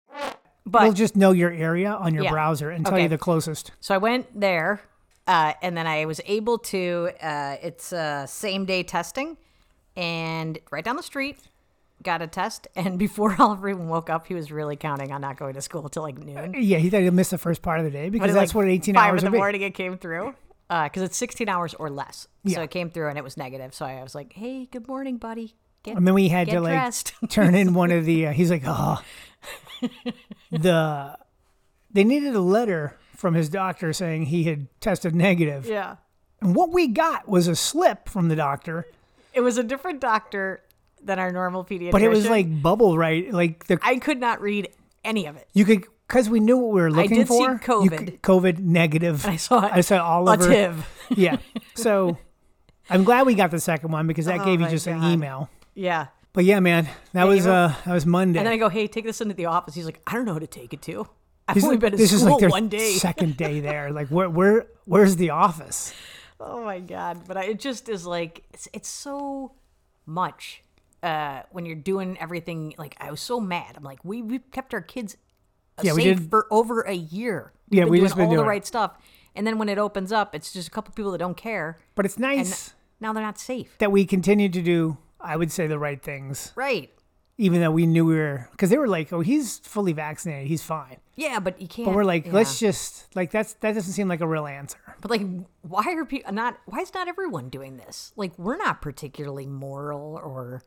Speaker 3: But
Speaker 2: It'll just know your area on your
Speaker 3: Yeah.
Speaker 2: browser and tell
Speaker 3: Okay.
Speaker 2: you the closest.
Speaker 3: So I went there, uh, and then I was able to. Uh, it's uh, same day testing, and right down the street, got a test. And before Oliver even woke up, he was really counting on not going to school till like noon.
Speaker 2: Yeah, he thought he'll miss the first part of the day
Speaker 3: But
Speaker 2: because
Speaker 3: at,
Speaker 2: that's
Speaker 3: like,
Speaker 2: what 18
Speaker 3: five
Speaker 2: hours
Speaker 3: in the
Speaker 2: would be.
Speaker 3: morning it came through. Because it's 16 hours or less. So
Speaker 2: Yeah.
Speaker 3: it came through and it was negative. So I was like, hey, good morning, buddy. Get,
Speaker 2: And then we had
Speaker 3: get
Speaker 2: to like
Speaker 3: dressed.
Speaker 2: turn in one of the. Uh, he's like, oh, the they needed a letter from his doctor saying he had tested negative.
Speaker 3: yeah.
Speaker 2: And what we got was a slip from the doctor,
Speaker 3: It was a different doctor than our normal pediatrician.
Speaker 2: but it was like bubble right, like the
Speaker 3: I could not read any of it.
Speaker 2: you could because we knew what we were looking
Speaker 3: did see
Speaker 2: for. you
Speaker 3: COVID.
Speaker 2: could- COVID negative.
Speaker 3: I saw it.
Speaker 2: I saw Oliver.
Speaker 3: Autiv.
Speaker 2: Yeah. So I'm glad we got the second one because that gave you
Speaker 3: Oh my
Speaker 2: just an
Speaker 3: God.
Speaker 2: email.
Speaker 3: Yeah.
Speaker 2: But yeah, man, that was
Speaker 3: you know-
Speaker 2: uh that was Monday.
Speaker 3: And then I go, hey, take this into the office. He's like, I don't know who to take it to. I've
Speaker 2: He's
Speaker 3: only
Speaker 2: like-
Speaker 3: been to
Speaker 2: this is
Speaker 3: school
Speaker 2: like their
Speaker 3: one day.
Speaker 2: second day there. Like where where where's the office?
Speaker 3: oh my god! But I, it just is like it's it's so much uh, when you're doing everything. Like I was so mad. I'm like, we we kept our kids uh,
Speaker 2: Yeah,
Speaker 3: safe
Speaker 2: we did-
Speaker 3: for over a year.
Speaker 2: Yeah,
Speaker 3: been
Speaker 2: we
Speaker 3: doing
Speaker 2: just been
Speaker 3: all
Speaker 2: doing
Speaker 3: the
Speaker 2: it.
Speaker 3: right stuff. And then when it opens up, it's just a couple people that don't care.
Speaker 2: But it's
Speaker 3: And
Speaker 2: nice
Speaker 3: now they're not safe.
Speaker 2: that we continue to do I would say the right things,
Speaker 3: Right.
Speaker 2: even though we knew we were because they were like, oh, he's fully vaccinated, he's fine.
Speaker 3: Yeah, but you can't.
Speaker 2: But we're like,
Speaker 3: yeah.
Speaker 2: let's just like that's that doesn't seem like a real answer.
Speaker 3: But like, why are people not? Why is not everyone doing this? Like, we're not particularly moral or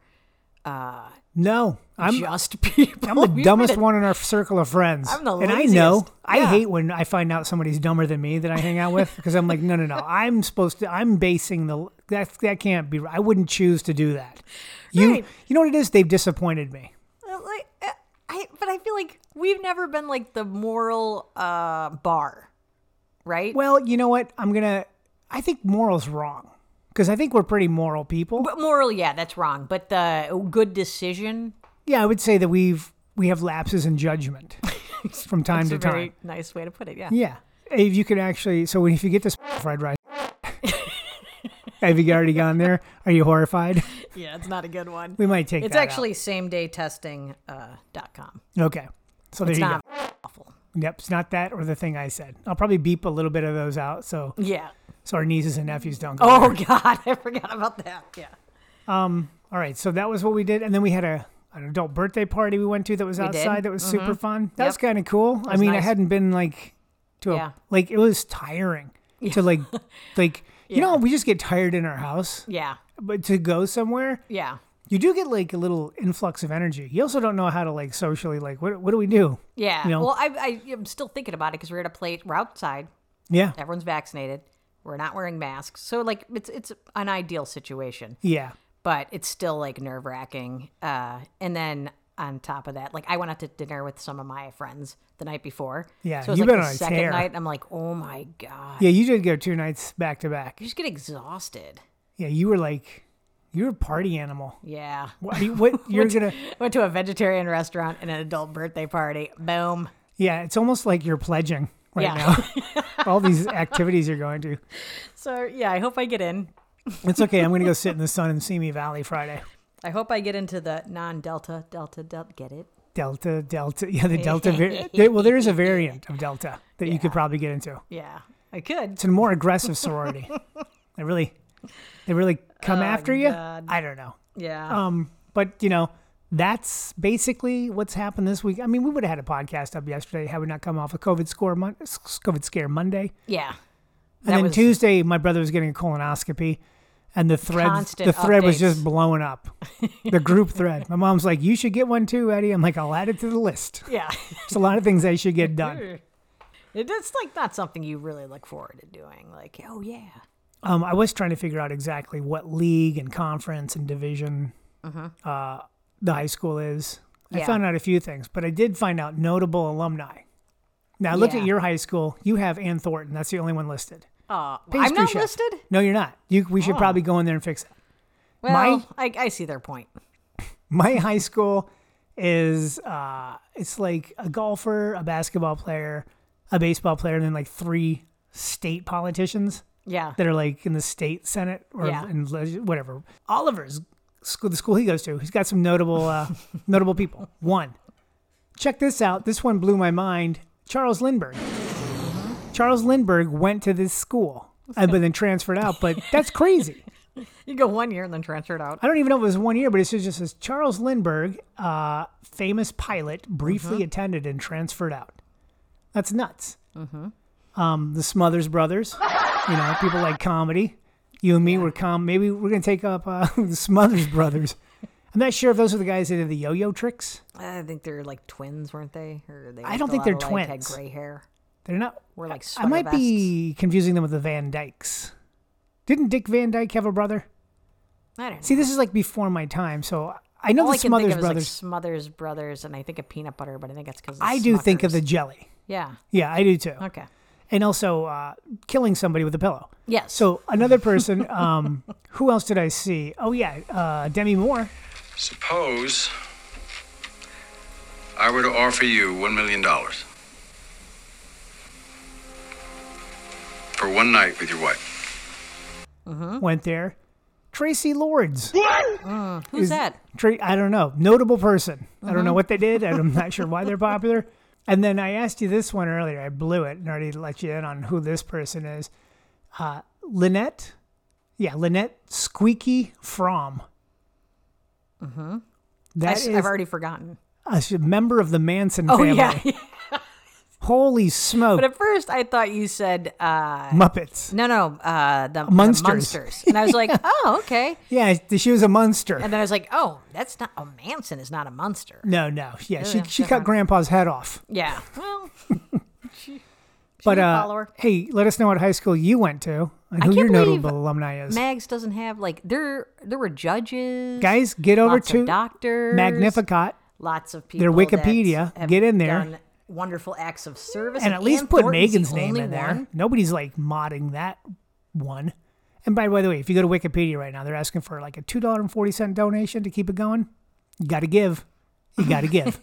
Speaker 2: No, I'm
Speaker 3: just people.
Speaker 2: I'm the
Speaker 3: We've
Speaker 2: dumbest
Speaker 3: been-
Speaker 2: one in our circle of friends.
Speaker 3: I'm the
Speaker 2: and I know
Speaker 3: laziest.
Speaker 2: I
Speaker 3: Yeah.
Speaker 2: hate when I find out somebody's dumber than me that I hang out with because I'm like, no, no, no. I'm supposed to. I'm basing the that that can't be. I wouldn't choose to do that. You
Speaker 3: Right.
Speaker 2: you know what it is? They've disappointed me.
Speaker 3: Like, uh, I but I feel like we've never been like the moral uh, bar, right?
Speaker 2: Well, you know what? I'm gonna. I think morals wrong because I think we're pretty moral people.
Speaker 3: but moral, yeah, that's wrong. But the good decision
Speaker 2: yeah, I would say that we've we have lapses in judgment from time
Speaker 3: is
Speaker 2: to
Speaker 3: a very
Speaker 2: time.
Speaker 3: nice way to put it. Yeah.
Speaker 2: Yeah, if you could actually. So if you get this fried rice. Have you already gone there? Are you horrified?
Speaker 3: yeah, it's not a good one.
Speaker 2: We might take
Speaker 3: It's
Speaker 2: that out.
Speaker 3: actually same day testing uh, dot com.
Speaker 2: okay. So there
Speaker 3: It's
Speaker 2: you
Speaker 3: not
Speaker 2: go.
Speaker 3: awful.
Speaker 2: Yep, it's not that or the thing I said. I'll probably beep a little bit of those out so
Speaker 3: Yeah.
Speaker 2: so our nieces and nephews don't go.
Speaker 3: Oh
Speaker 2: there.
Speaker 3: God, I forgot about that. Yeah.
Speaker 2: All right, so that was what we did, and then we had a an adult birthday party we went to that was
Speaker 3: did. Mm-hmm.
Speaker 2: outside. That was super fun. That was
Speaker 3: Yep.
Speaker 2: kind of cool. I mean, I
Speaker 3: nice.
Speaker 2: hadn't been like to
Speaker 3: Yeah.
Speaker 2: a like it was tiring to like like you know we just get tired in our house,
Speaker 3: Yeah.
Speaker 2: but to go somewhere
Speaker 3: Yeah.
Speaker 2: you do get like a little influx of energy. You also don't know how to like socially like what what do we do?
Speaker 3: Yeah.
Speaker 2: You know?
Speaker 3: Well, I, I am still thinking about it because we're at a place. We're outside.
Speaker 2: Yeah,
Speaker 3: Everyone's vaccinated. We're not wearing masks, so like it's it's an ideal situation,
Speaker 2: yeah.
Speaker 3: but it's still like nerve wracking. Uh, and then on top of that, like I went out to dinner with some of my friends the night before.
Speaker 2: Yeah,
Speaker 3: so it was
Speaker 2: you've
Speaker 3: like
Speaker 2: been
Speaker 3: the
Speaker 2: on a
Speaker 3: second
Speaker 2: tear.
Speaker 3: night. and I'm like, oh my god,
Speaker 2: Yeah, you did go two nights back to back.
Speaker 3: you just get exhausted.
Speaker 2: Yeah, you were like, you were a party animal.
Speaker 3: Yeah,
Speaker 2: What, you- what you're gonna?
Speaker 3: went to a vegetarian restaurant and an adult birthday party. Boom.
Speaker 2: Yeah, it's almost like you're pledging right
Speaker 3: Yeah.
Speaker 2: now. All these activities you're going to.
Speaker 3: So yeah, I hope I get in.
Speaker 2: It's okay. I'm gonna go sit in the sun in Simi Valley Friday.
Speaker 3: I hope I get into the non-Delta, Delta, Delta. Get it?
Speaker 2: Delta, Delta. Yeah, the Delta. Var- there, well, there is a variant of Delta that you could probably get into.
Speaker 3: Yeah, I could.
Speaker 2: It's a more aggressive sorority. they really, they really come after you.
Speaker 3: Oh, God.
Speaker 2: I don't know.
Speaker 3: Yeah.
Speaker 2: Um, but you know, that's basically what's happened this week. I mean, we would have had a podcast up yesterday had we not come off a COVID score, mon- s- COVID scare Monday,
Speaker 3: Yeah.
Speaker 2: and then Tuesday my brother was getting a colonoscopy, and the thread,
Speaker 3: Constant
Speaker 2: the thread was just
Speaker 3: updates.
Speaker 2: blowing up, the group thread. My mom's like, "You should get one too, Eddie." I'm like, "I'll add it to the list."
Speaker 3: Yeah.
Speaker 2: There's a lot of things I should get done.
Speaker 3: it, it's like not something you really look forward to doing. Like, oh, yeah.
Speaker 2: Um, I was trying to figure out exactly what league and conference and division uh, the high school is. I
Speaker 3: Mm-hmm. Yeah.
Speaker 2: found out a few things, but I did find out notable alumni. Now I looked
Speaker 3: Yeah.
Speaker 2: at your high school. You have Ann Thornton. That's the only one listed.
Speaker 3: Uh, I'm
Speaker 2: Pastry
Speaker 3: not
Speaker 2: chef.
Speaker 3: listed.
Speaker 2: No, you're not. You, we
Speaker 3: Oh.
Speaker 2: should probably go in there and fix it.
Speaker 3: Well,
Speaker 2: My-
Speaker 3: I, I see their point.
Speaker 2: My high school is uh, it's like a golfer, a basketball player, a baseball player, and then like three state politicians
Speaker 3: Yeah.
Speaker 2: that are like in the state senate or
Speaker 3: Yeah.
Speaker 2: in leg- whatever. Oliver's school, the school he goes to, he's got some notable uh, notable people. One, check this out. This one blew my mind. Charles Lindbergh.
Speaker 3: Mm-hmm.
Speaker 2: Charles Lindbergh went to this school, uh, but then transferred out. But that's crazy.
Speaker 3: You go one year and then transfer it out.
Speaker 2: I don't even know if it was one year, but it just says Charles Lindbergh, uh, famous pilot, briefly
Speaker 3: Mm-hmm.
Speaker 2: attended and transferred out. That's nuts.
Speaker 3: Mm-hmm.
Speaker 2: Um, the Smothers Brothers, you know, people like comedy. You and me were com. Maybe we're gonna take up uh, the Smothers Brothers. I'm not sure if those are the guys that did the yo-yo tricks.
Speaker 3: I think they're like twins, weren't they? Or they
Speaker 2: I
Speaker 3: looked
Speaker 2: don't
Speaker 3: a
Speaker 2: think
Speaker 3: lot
Speaker 2: they're
Speaker 3: alike,
Speaker 2: twins.
Speaker 3: Had gray hair.
Speaker 2: They're not.
Speaker 3: We're like
Speaker 2: I might be confusing them with the Van Dykes. Didn't Dick Van Dyke have a brother?
Speaker 3: I don't know.
Speaker 2: See, this is like before my time, so I know
Speaker 3: All
Speaker 2: the
Speaker 3: I can
Speaker 2: Smothers
Speaker 3: think of is
Speaker 2: Brothers.
Speaker 3: like Smothers Brothers, and I think of peanut butter, but I think that's because
Speaker 2: I do think of the Oh. jelly.
Speaker 3: yeah.
Speaker 2: Yeah, I do too.
Speaker 3: Okay.
Speaker 2: and also uh, killing somebody with a pillow.
Speaker 3: Yes.
Speaker 2: So another person, um, who else did I see? Oh yeah, uh, Demi Moore.
Speaker 5: Suppose I were to offer you $1 million for one night with your wife.
Speaker 2: went there. Tracy Lords.
Speaker 3: who's that?
Speaker 2: Tra- I don't know. Notable person. I
Speaker 3: Uh-huh.
Speaker 2: don't know what they did. and I'm not sure why they're popular. And then I asked you this one earlier. I blew it and already let you in on who this person is. Uh, Lynette. Yeah, Lynette Squeaky Fromm. Mm-hmm.
Speaker 3: I, Mm-hmm.
Speaker 2: That is
Speaker 3: have already forgotten.
Speaker 2: a member of the Manson
Speaker 3: Oh
Speaker 2: family.
Speaker 3: yeah.
Speaker 2: Holy smoke.
Speaker 3: but at first, I thought you said uh,
Speaker 2: Muppets.
Speaker 3: no, no, uh, the
Speaker 2: Munsters.
Speaker 3: the Munsters, and I was like, oh, okay.
Speaker 2: Yeah, she was a monster.
Speaker 3: And then I was like, oh, that's not a Manson is not a monster.
Speaker 2: no, no. Yeah, she,
Speaker 3: Oh, yeah,
Speaker 2: she
Speaker 3: never
Speaker 2: cut
Speaker 3: mind.
Speaker 2: Grandpa's head off.
Speaker 3: Yeah. Well,
Speaker 2: But
Speaker 3: a
Speaker 2: uh,
Speaker 3: follower.
Speaker 2: hey, let us know what high school you went to and who
Speaker 3: can't
Speaker 2: your
Speaker 3: believe
Speaker 2: notable alumni is.
Speaker 3: Mags doesn't have like there. There were judges,
Speaker 2: Guys, get over
Speaker 3: lots
Speaker 2: to
Speaker 3: of doctors,
Speaker 2: Magnificat
Speaker 3: lots of people.
Speaker 2: Their
Speaker 3: that
Speaker 2: Wikipedia.
Speaker 3: have
Speaker 2: Get in there.
Speaker 3: done wonderful acts of service,
Speaker 2: and at least
Speaker 3: Ann
Speaker 2: put
Speaker 3: Thornton's
Speaker 2: Megan's
Speaker 3: the
Speaker 2: name
Speaker 3: only
Speaker 2: in
Speaker 3: one.
Speaker 2: there. Nobody's like modding that one. And by the way, if you go to Wikipedia right now, they're asking for like a $2.40 donation to keep it going. You got to give. You got to give.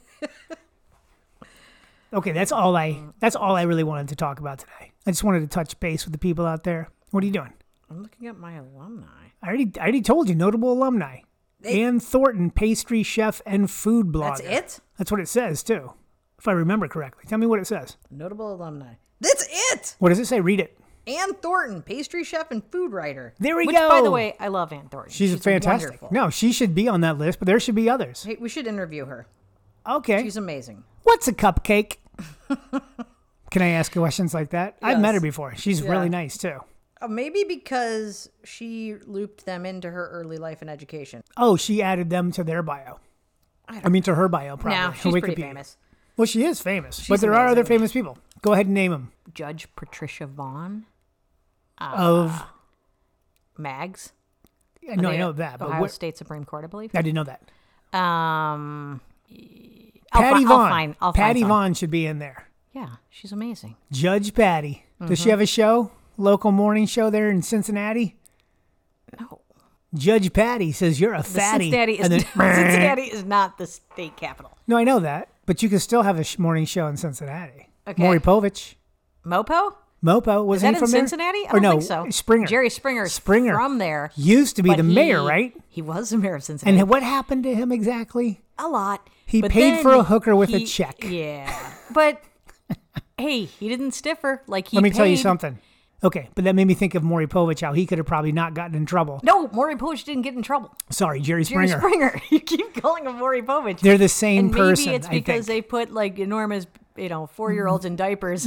Speaker 2: Okay, that's all I that's all I really wanted to talk about today. I just wanted to touch base with the people out there. What are you doing?
Speaker 3: I'm looking at my alumni.
Speaker 2: I already, I already told you, notable alumni. Ann Thornton, pastry chef and food blogger.
Speaker 3: That's it.
Speaker 2: That's what it says, too, if I remember correctly. Tell me what it says.
Speaker 3: Notable alumni. That's it.
Speaker 2: What does it say? Read it.
Speaker 3: Ann Thornton, pastry chef and food writer.
Speaker 2: There we
Speaker 3: Which, By the
Speaker 2: go.
Speaker 3: way, I love Ann Thornton.
Speaker 2: She's, fantastic.
Speaker 3: Wonderful.
Speaker 2: No, she should be on that list, but there should be others.
Speaker 3: Hey, we should interview her.
Speaker 2: Okay.
Speaker 3: She's amazing.
Speaker 2: What's a cupcake? Can I ask questions like that? I've met
Speaker 3: Yes.
Speaker 2: her before. She's really nice, too.
Speaker 3: Uh, maybe because she looped them into her early life and education.
Speaker 2: Oh, she added them to their bio. I, mean, to her bio, probably.
Speaker 3: Now
Speaker 2: her
Speaker 3: she's pretty
Speaker 2: Wikipedia.
Speaker 3: famous.
Speaker 2: Well, she is famous, but there are other famous people. Go ahead and name them.
Speaker 3: Judge Patricia Vaughn, Ah,
Speaker 2: of
Speaker 3: Mags.
Speaker 2: no, I
Speaker 3: the
Speaker 2: know that, but
Speaker 3: Ohio
Speaker 2: what,
Speaker 3: State Supreme Court, I believe.
Speaker 2: I didn't know that.
Speaker 3: Um, I'll
Speaker 2: Patty
Speaker 3: Oh, fi-
Speaker 2: Vaughn.
Speaker 3: I'll find, I'll
Speaker 2: Patty
Speaker 3: find some.
Speaker 2: Vaughn should be in there.
Speaker 3: Yeah, she's amazing.
Speaker 2: Judge Patty. Does
Speaker 3: Mm-hmm.
Speaker 2: she have a show? Local morning show there in Cincinnati.
Speaker 3: No,
Speaker 2: Judge Patty says you're a
Speaker 3: the
Speaker 2: fatty.
Speaker 3: Cincinnati is
Speaker 2: and then-
Speaker 3: Cincinnati is not the state capital.
Speaker 2: No, I know that, but you can still have a sh- morning show in Cincinnati.
Speaker 3: Okay.
Speaker 2: Maury Povich.
Speaker 3: Mopo?
Speaker 2: Mopo was
Speaker 3: Is that
Speaker 2: he
Speaker 3: in
Speaker 2: from there?
Speaker 3: Cincinnati? I
Speaker 2: or
Speaker 3: don't
Speaker 2: no,
Speaker 3: think so.
Speaker 2: Springer.
Speaker 3: Jerry Springer. is
Speaker 2: Springer.
Speaker 3: from there.
Speaker 2: used to be
Speaker 3: but
Speaker 2: the mayor,
Speaker 3: he-
Speaker 2: right?
Speaker 3: He was the mayor of Cincinnati.
Speaker 2: And what happened to him exactly?
Speaker 3: a lot.
Speaker 2: He
Speaker 3: But
Speaker 2: paid
Speaker 3: then
Speaker 2: for a hooker with a
Speaker 3: he-
Speaker 2: check.
Speaker 3: Yeah, but hey, he didn't stiff her like he.
Speaker 2: Let me tell you
Speaker 3: paid-
Speaker 2: something. Okay, but that made me think of Maury Povich, how he could have probably not gotten in trouble.
Speaker 3: No, Maury Povich didn't get in trouble.
Speaker 2: Sorry, Jerry Springer.
Speaker 3: Jerry Springer. You keep calling him Maury Povich.
Speaker 2: They're the same
Speaker 3: and maybe
Speaker 2: person.
Speaker 3: it's
Speaker 2: I think.
Speaker 3: because they put like enormous, you know, four-year-olds in diapers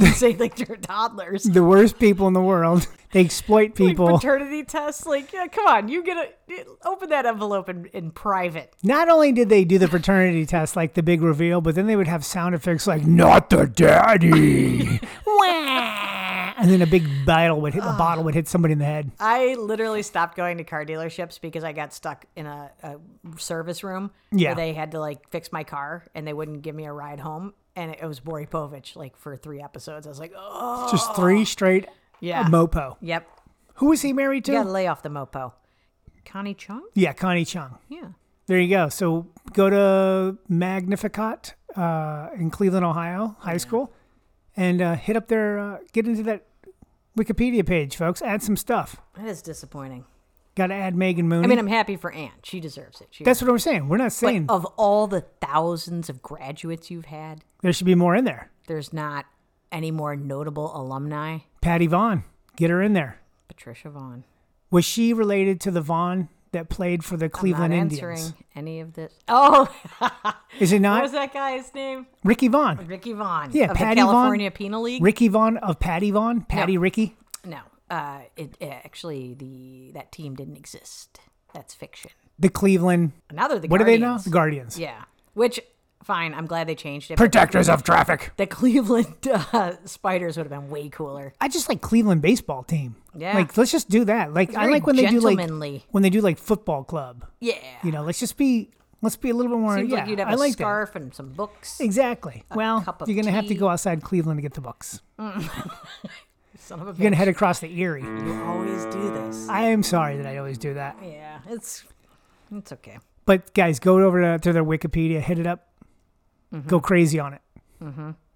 Speaker 3: and say like they're toddlers.
Speaker 2: the worst people in the world. They exploit
Speaker 3: Like
Speaker 2: people.
Speaker 3: paternity tests, like yeah, come on, you get a open that envelope in, in private.
Speaker 2: Not only did they do the paternity test, like the big reveal, but then they would have sound effects like "Not the daddy," Wah! and then a big bottle would
Speaker 3: Ah.
Speaker 2: hit. A bottle would hit somebody in the head.
Speaker 3: I literally stopped going to car dealerships because I got stuck in a, a service room
Speaker 2: Yeah.
Speaker 3: where they had to like fix my car and they wouldn't give me a ride home. And it was Maury Povich like for three episodes. I was like, oh,
Speaker 2: Just three straight.
Speaker 3: yeah.
Speaker 2: A mopo.
Speaker 3: Yep.
Speaker 2: Who was he married to?
Speaker 3: You gotta lay off the mopo. Connie Chung?
Speaker 2: Yeah, Connie Chung.
Speaker 3: Yeah.
Speaker 2: There you go. So go to Magnificat uh, in Cleveland, Ohio High School, and uh, hit up their uh, get into that Wikipedia page, folks. Add some stuff.
Speaker 3: That is disappointing.
Speaker 2: Got to add Megan Mooney.
Speaker 3: I mean, I'm happy for Anne. She deserves it. She
Speaker 2: that's what I'm saying. We're not
Speaker 3: but oh.
Speaker 2: saying
Speaker 3: of all the thousands of graduates you've had,
Speaker 2: there should be more in there.
Speaker 3: there's not any more notable alumni.
Speaker 2: Patty Vaughn, get her in there.
Speaker 3: Patricia Vaughn.
Speaker 2: Was she related to the Vaughn that played for the Cleveland
Speaker 3: not answering
Speaker 2: Indians?
Speaker 3: any of this. Oh,
Speaker 2: Is it
Speaker 3: what
Speaker 2: not
Speaker 3: was that guy's name?
Speaker 2: Ricky Vaughn?
Speaker 3: Ricky Vaughn.
Speaker 2: Yeah,
Speaker 3: of
Speaker 2: Patty
Speaker 3: the
Speaker 2: Vaughn.
Speaker 3: California Penal League.
Speaker 2: Ricky Vaughn of Patty Vaughn, Patty Ricky.
Speaker 3: no, uh, it, it actually the that team didn't exist. That's fiction.
Speaker 2: The Cleveland.
Speaker 3: Now they're the
Speaker 2: What are they now?
Speaker 3: Guardians.
Speaker 2: The Guardians.
Speaker 3: Yeah, which fine. I'm glad they changed it. but
Speaker 2: Protectors of traffic.
Speaker 3: the Cleveland uh, Spiders would have been way cooler.
Speaker 2: I just like Cleveland baseball team.
Speaker 3: Yeah.
Speaker 2: Like let's just do that. Like I
Speaker 3: very
Speaker 2: like when they do like
Speaker 3: gentlemanly.
Speaker 2: when they do like football club.
Speaker 3: Yeah,
Speaker 2: You know, let's just be let's be a little bit more.
Speaker 3: seems
Speaker 2: yeah,
Speaker 3: like you'd have
Speaker 2: I
Speaker 3: a
Speaker 2: like
Speaker 3: scarf and some books.
Speaker 2: that. Exactly. well,
Speaker 3: cup of
Speaker 2: you're gonna have to
Speaker 3: tea.
Speaker 2: go outside Cleveland to get the books.
Speaker 3: Son of a
Speaker 2: You're gonna
Speaker 3: bitch.
Speaker 2: head across the Erie.
Speaker 3: You always do this.
Speaker 2: I am sorry that I always do that.
Speaker 3: Yeah, it's it's okay.
Speaker 2: But guys, go over to, to their Wikipedia, hit it up,
Speaker 3: Mm-hmm.
Speaker 2: go crazy on it.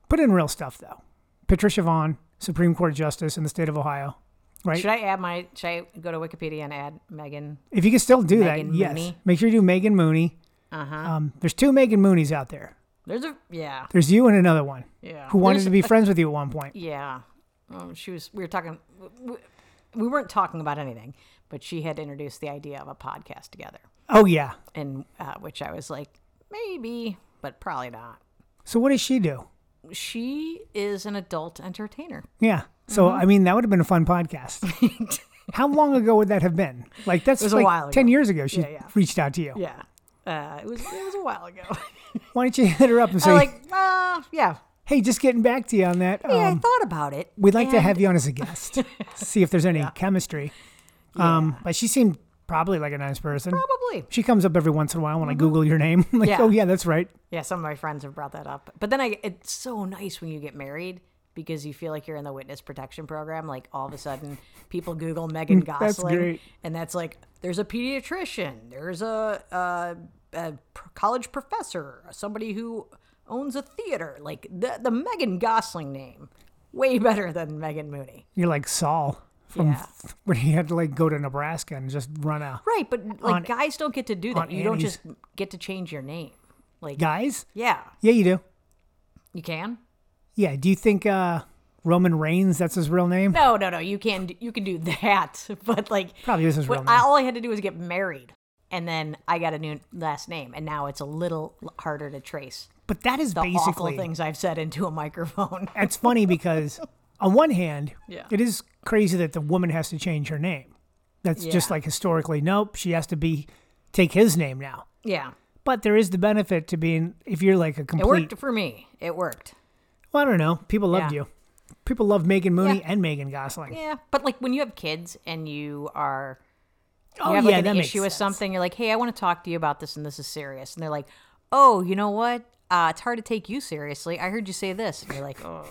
Speaker 2: Put in real stuff though. Patricia Vaughn, Supreme Court Justice in the state of Ohio. Right?
Speaker 3: Should I add my? Should I go to Wikipedia and add Megan?
Speaker 2: If you can still do
Speaker 3: Megan
Speaker 2: that, yes.
Speaker 3: Mooney.
Speaker 2: Make sure you do Megan Mooney. Uh-huh. Um, there's two Megan Moonies out there.
Speaker 3: There's a yeah,
Speaker 2: There's you and another one
Speaker 3: yeah.
Speaker 2: who wanted
Speaker 3: There's-
Speaker 2: to be friends with you at one point.
Speaker 3: Yeah, um, she was. We were talking. We, we weren't talking about anything, but she had introduced the idea of a podcast together,
Speaker 2: Oh yeah.
Speaker 3: and uh, which I was like, maybe, but probably not.
Speaker 2: So what does she do?
Speaker 3: She is an adult entertainer.
Speaker 2: Yeah. So
Speaker 3: Mm-hmm.
Speaker 2: I mean, that would have been a fun podcast. How long ago would that have been? Like that's
Speaker 3: was a
Speaker 2: like
Speaker 3: while ago.
Speaker 2: ten years ago. She
Speaker 3: Yeah, yeah.
Speaker 2: reached out to you.
Speaker 3: Yeah, uh, it was it was a while ago.
Speaker 2: Why don't you hit her up and
Speaker 3: I
Speaker 2: say,
Speaker 3: like, uh, yeah,
Speaker 2: "Hey, just getting back to you on that.
Speaker 3: yeah. I
Speaker 2: um,
Speaker 3: thought about it.
Speaker 2: we'd like to
Speaker 3: and-
Speaker 2: have you on as a guest. See if there's any chemistry." Um, but she seemed probably like a nice person.
Speaker 3: probably. Mm-hmm.
Speaker 2: She comes up every once in a while when I Google your name. like,
Speaker 3: Yeah.
Speaker 2: oh yeah, that's right.
Speaker 3: Yeah, some of my friends have brought that up. But then I, it's so nice when you get married because you feel like you're in the witness protection program. Like all of a sudden, people Google Megan Gosling,
Speaker 2: great.
Speaker 3: and that's like there's a pediatrician, there's a, a, a pr- college professor, somebody who owns a theater. Like the the Megan Gosling name, way better than Megan Mooney.
Speaker 2: You're like Saul from
Speaker 3: Yeah.
Speaker 2: when he had to like go to Nebraska and just run a
Speaker 3: Right, but like
Speaker 2: On-
Speaker 3: guys don't get to do
Speaker 2: on
Speaker 3: that. You don't
Speaker 2: Annie's-
Speaker 3: just get to change your name. Like
Speaker 2: guys.
Speaker 3: yeah,
Speaker 2: Yeah, you do.
Speaker 3: you can.
Speaker 2: Yeah. Do you think uh, Roman Reigns? That's his real name.
Speaker 3: No, no, no. You can you can do that, but like
Speaker 2: Probably is his
Speaker 3: what-
Speaker 2: real name.
Speaker 3: I, all I had to do was get married, and then I got a new last name, and now it's a little harder to trace
Speaker 2: But that is
Speaker 3: the awful
Speaker 2: basically.
Speaker 3: things I've said into a microphone.
Speaker 2: It's funny because on one hand,
Speaker 3: Yeah.
Speaker 2: it is crazy that the woman has to change her name. That's just
Speaker 3: Yeah.
Speaker 2: like historically, nope. She has to be take his name now.
Speaker 3: yeah,
Speaker 2: But there is the benefit to being if you're like a
Speaker 3: it
Speaker 2: complete.
Speaker 3: worked for me. It worked.
Speaker 2: Well, I don't know. People loved
Speaker 3: Yeah.
Speaker 2: you. People love Megan Mooney
Speaker 3: Yeah.
Speaker 2: and Megan Gosling.
Speaker 3: Yeah, but like when you have kids and you are you
Speaker 2: Oh
Speaker 3: have
Speaker 2: yeah,
Speaker 3: like
Speaker 2: that
Speaker 3: an
Speaker 2: makes
Speaker 3: issue with
Speaker 2: sense.
Speaker 3: something, you're like, hey, I want to talk to you about this, and this is serious, and they're like, oh, you know what? Uh, it's hard to take you seriously. I heard you say this, and you're like, oh.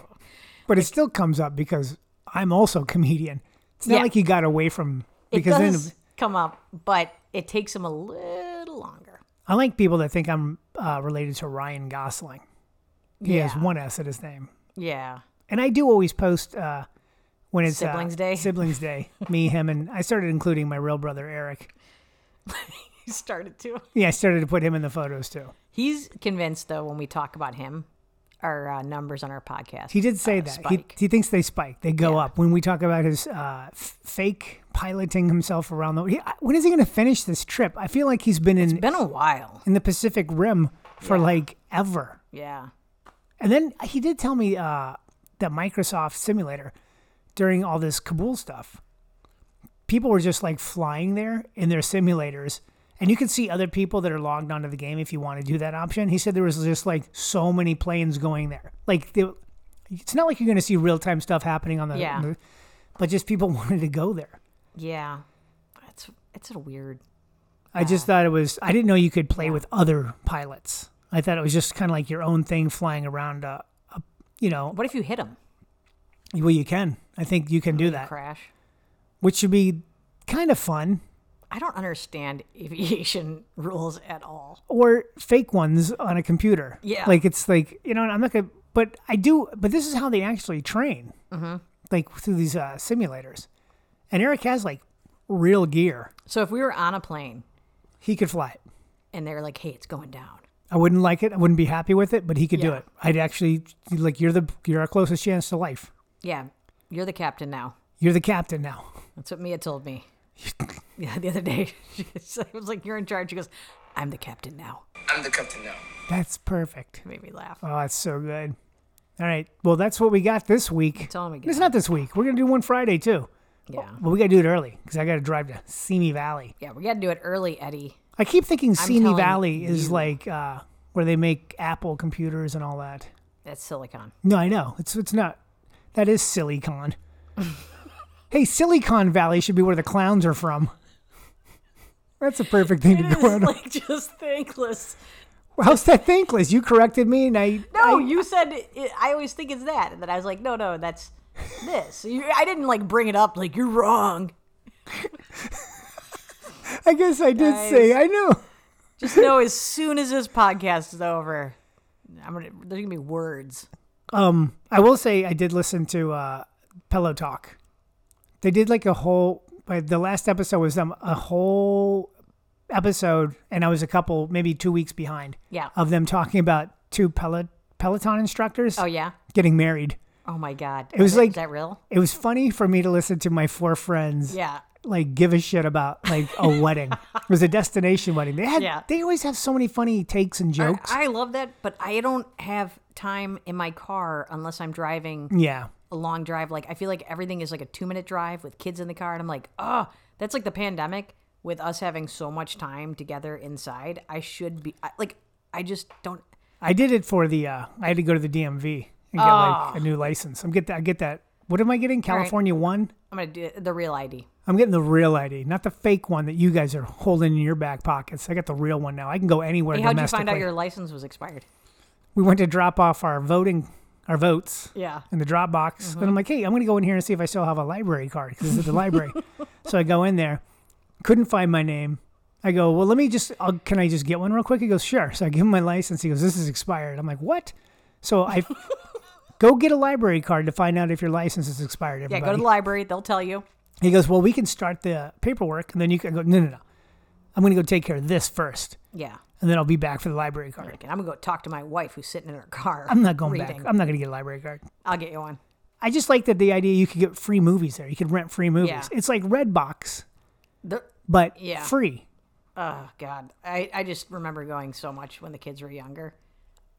Speaker 2: But it still comes up because I'm also a comedian. It's not
Speaker 3: Yeah.
Speaker 2: like you got away from because
Speaker 3: it
Speaker 2: then
Speaker 3: does come up, but it takes them a little longer.
Speaker 2: I like people that think I'm uh, related to Ryan Gosling. He has
Speaker 3: Yeah.
Speaker 2: one S at his name,
Speaker 3: Yeah.
Speaker 2: and I do always post uh, when it's uh,
Speaker 3: Siblings Day?
Speaker 2: Siblings Day, me, him, and I started including my real brother Eric.
Speaker 3: He started to.
Speaker 2: Yeah, I started to put him in the photos too.
Speaker 3: He's convinced though when we talk about him, our uh, numbers on our podcast.
Speaker 2: He did say
Speaker 3: uh,
Speaker 2: that he,
Speaker 3: Spike.
Speaker 2: he thinks they spike, they go up. When we talk about his uh, f- fake piloting himself around the, he, I- when is he going to finish this trip? I feel like he's been in
Speaker 3: Been a while.
Speaker 2: in the Pacific Rim for like ever.
Speaker 3: Yeah.
Speaker 2: And then he did tell me uh, that Microsoft Simulator during all this Kabul stuff, people were just like flying there in their simulators. And you could see other people that are logged onto the game if you want to do that option. He said there was just like so many planes going there. Like, they, it's not like you're going to see real time stuff happening on the,
Speaker 3: Yeah.
Speaker 2: the- but just people wanted to go there.
Speaker 3: Yeah. It's it's a weird.
Speaker 2: I just thought it was. I didn't know you could play with other pilots. I thought it was just kind of like your own thing flying around. A, a, you know,
Speaker 3: What if you hit him?
Speaker 2: well, you can. I think you can do that,
Speaker 3: Crash.
Speaker 2: which should be kind of fun.
Speaker 3: I don't understand aviation rules at all.
Speaker 2: or fake ones on a computer.
Speaker 3: Yeah.
Speaker 2: Like it's like you know I'm not gonna, but I do. But this is how they actually train, mm-hmm. like through these uh, simulators. And Eric has like real gear.
Speaker 3: So if we were on a plane
Speaker 2: He could fly it.
Speaker 3: and they're like, "Hey, it's going down,"
Speaker 2: I wouldn't like it. I wouldn't be happy with it, but he could do
Speaker 3: Yeah.
Speaker 2: it. I'd actually like you're the you're our closest chance to life.
Speaker 3: yeah, you're the captain now.
Speaker 2: You're the captain now.
Speaker 3: That's what Mia told me. yeah, the other day, she was like, "You're in charge." She goes, "I'm the captain now."
Speaker 6: I'm the captain now.
Speaker 2: That's perfect.
Speaker 3: It made me laugh.
Speaker 2: Oh, that's so good. All right. Well, that's what we got this week.
Speaker 3: That's all we got.
Speaker 2: It's not this week. We're gonna do one Friday too.
Speaker 3: Yeah,
Speaker 2: But we gotta do it early because I gotta drive to Simi Valley.
Speaker 3: yeah, we got to do it early, Eddie.
Speaker 2: I keep thinking Simi
Speaker 3: telling
Speaker 2: Valley is
Speaker 3: you.
Speaker 2: like uh, where they make Apple computers and all that.
Speaker 3: That's Silicon.
Speaker 2: No, I know it's it's not. That is Silicon. hey, Silicon Valley should be where the clowns are from. That's a perfect thing to go on.
Speaker 3: like just thankless.
Speaker 2: How's that thankless? You corrected me, and I
Speaker 3: No, you said it, I always think it's that, and then I was like, "No, no, that's this." You, I didn't like bring it up. Like you're wrong.
Speaker 2: I guess I did
Speaker 3: Guys.
Speaker 2: say I know.
Speaker 3: Just know as soon as this podcast is over, I'm gonna there's gonna be words.
Speaker 2: I will say I did listen to uh, Pillow Talk. They did like a whole. Like the last episode was them a whole episode, and I was a couple, maybe two weeks behind.
Speaker 3: Yeah.
Speaker 2: Of them talking about two Pelot- Peloton instructors
Speaker 3: Oh yeah.
Speaker 2: getting married.
Speaker 3: Oh my god.
Speaker 2: It was
Speaker 3: Is
Speaker 2: like-
Speaker 3: is that real?
Speaker 2: It was funny for me to listen to my four friends
Speaker 3: Yeah.
Speaker 2: like give a shit about like a wedding. It was a destination wedding. They had
Speaker 3: Yeah.
Speaker 2: they always have so many funny takes and jokes.
Speaker 3: I love that, but I don't have time in my car unless I'm driving
Speaker 2: yeah.
Speaker 3: a long drive. Like I feel like everything is like a two minute drive with kids in the car, and I'm like, oh, that's like the pandemic with us having so much time together inside. I should be I, like, I just don't.
Speaker 2: I did it for the. Uh, I had to go to the DMV and get
Speaker 3: Ah.
Speaker 2: like a new license. I'm get that. I get that. What am I getting? California one.
Speaker 3: I'm gonna do it- the real ID.
Speaker 2: I'm getting the real ID, not the fake one that you guys are holding in your back pockets. I got the real one now. I can go anywhere
Speaker 3: Hey, how'd you
Speaker 2: domestically.
Speaker 3: find out your license was expired?
Speaker 2: we went to drop off our voting, our votes.
Speaker 3: Yeah.
Speaker 2: in the Dropbox. And
Speaker 3: Mm-hmm.
Speaker 2: I'm like, hey, I'm going to go in here and see if I still have a library card because it's at the library. So I go in there, couldn't find my name. I go, well, let me just, I'll, can I just get one real quick? He goes, sure. So I give him my license. He goes, this is expired. I'm like, what? So I go get a library card to find out if your license is expired.
Speaker 3: Yeah,
Speaker 2: Everybody.
Speaker 3: go to the library. They'll tell you.
Speaker 2: he goes, well, we can start the paperwork and then you can I go, no, no, no. I'm going to go take care of this first
Speaker 3: Yeah.
Speaker 2: and then I'll be back for the library card.
Speaker 3: Like, and I'm gonna go talk to my wife who's sitting in her car.
Speaker 2: I'm not going
Speaker 3: reading.
Speaker 2: back. I'm not going to get a library card.
Speaker 3: I'll get you one.
Speaker 2: I just like that the idea you could get free movies there. You could rent free movies.
Speaker 3: Yeah.
Speaker 2: It's like Redbox,
Speaker 3: The-
Speaker 2: but
Speaker 3: Yeah.
Speaker 2: free.
Speaker 3: oh God, I, I just remember going so much when the kids were younger.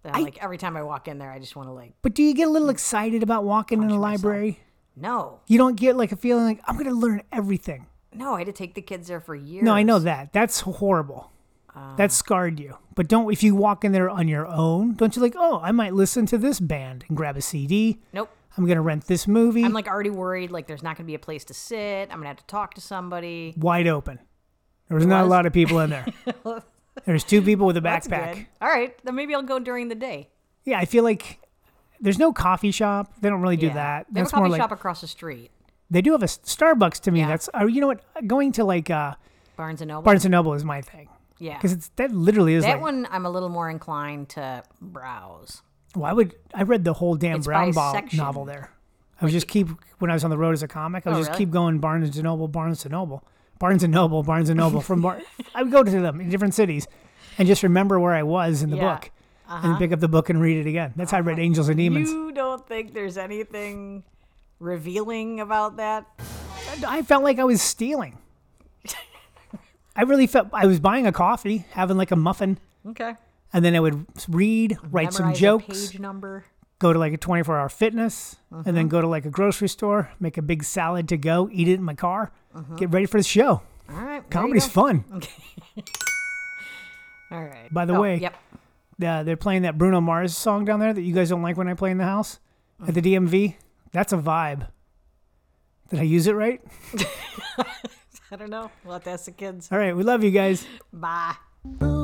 Speaker 3: That like every time I walk in there, I just want to like
Speaker 2: But do you get a little excited about walking in a library?
Speaker 3: no,
Speaker 2: You don't get like a feeling like I'm going to learn everything.
Speaker 3: no. I had to take the kids there for years.
Speaker 2: No, I know that. That's horrible.
Speaker 3: Ah.
Speaker 2: that scarred you. But don't if you walk in there on your own, don't you like, "Oh, I might listen to this band and grab a CD.
Speaker 3: Nope.
Speaker 2: I'm going to rent this movie."
Speaker 3: I'm like already worried. Like there's not gonna be a place to sit. I'm gonna have to talk to somebody.
Speaker 2: wide open. There was not a
Speaker 3: was?
Speaker 2: lot of people in there. There's two people with a
Speaker 3: That's
Speaker 2: backpack.
Speaker 3: good. All right, then maybe I'll go during the day.
Speaker 2: Yeah, I feel like there's no coffee shop. They don't really do
Speaker 3: Yeah.
Speaker 2: that.
Speaker 3: They have
Speaker 2: That's
Speaker 3: a coffee
Speaker 2: more like
Speaker 3: shop across the street,
Speaker 2: they do have a s- Starbucks to me.
Speaker 3: Yeah.
Speaker 2: That's or you know what, going to like uh,
Speaker 3: Barnes and Noble.
Speaker 2: Barnes and Noble is my thing
Speaker 3: yeah,
Speaker 2: because it's that literally is
Speaker 3: that
Speaker 2: like
Speaker 3: one I'm a little more inclined to browse.
Speaker 2: why would I read the whole damn
Speaker 3: It's
Speaker 2: Brown
Speaker 3: by
Speaker 2: Ball
Speaker 3: section.
Speaker 2: novel there. I would just keep when I was on the road as a comic. I would
Speaker 3: Oh,
Speaker 2: just
Speaker 3: really?
Speaker 2: keep going Barnes and Noble, Barnes and Noble, Barnes and Noble, Barnes and Noble. From Bar- I would go to them in different cities and just remember where I was in the
Speaker 3: Yeah. Uh-huh.
Speaker 2: book and pick up the book and read it again. That's how I read Angels and Demons.
Speaker 3: You don't think there's anything revealing about that?
Speaker 2: I felt like I was stealing. I really felt I was buying a coffee, having like a muffin,
Speaker 3: Okay.
Speaker 2: and then I would read, write some
Speaker 3: Memorize a
Speaker 2: jokes,
Speaker 3: Page Uh-huh. number.
Speaker 2: go to like a 24 hour fitness, and then go to like a grocery store, make a big salad to go, eat it in my car, get ready for the show.
Speaker 3: All right. Uh-huh. there you
Speaker 2: Comedy's
Speaker 3: go.
Speaker 2: fun.
Speaker 3: All right.
Speaker 2: By the
Speaker 3: Oh,
Speaker 2: way-
Speaker 3: Yep.
Speaker 2: Uh, they're playing that Bruno Mars song down there that you guys don't like when I play in the house at
Speaker 3: Uh-huh.
Speaker 2: the DMV. That's a vibe. Did I use it right?
Speaker 3: I don't know. We'll have to ask the kids.
Speaker 2: All right, we love you guys.
Speaker 3: Bye.
Speaker 7: Ooh,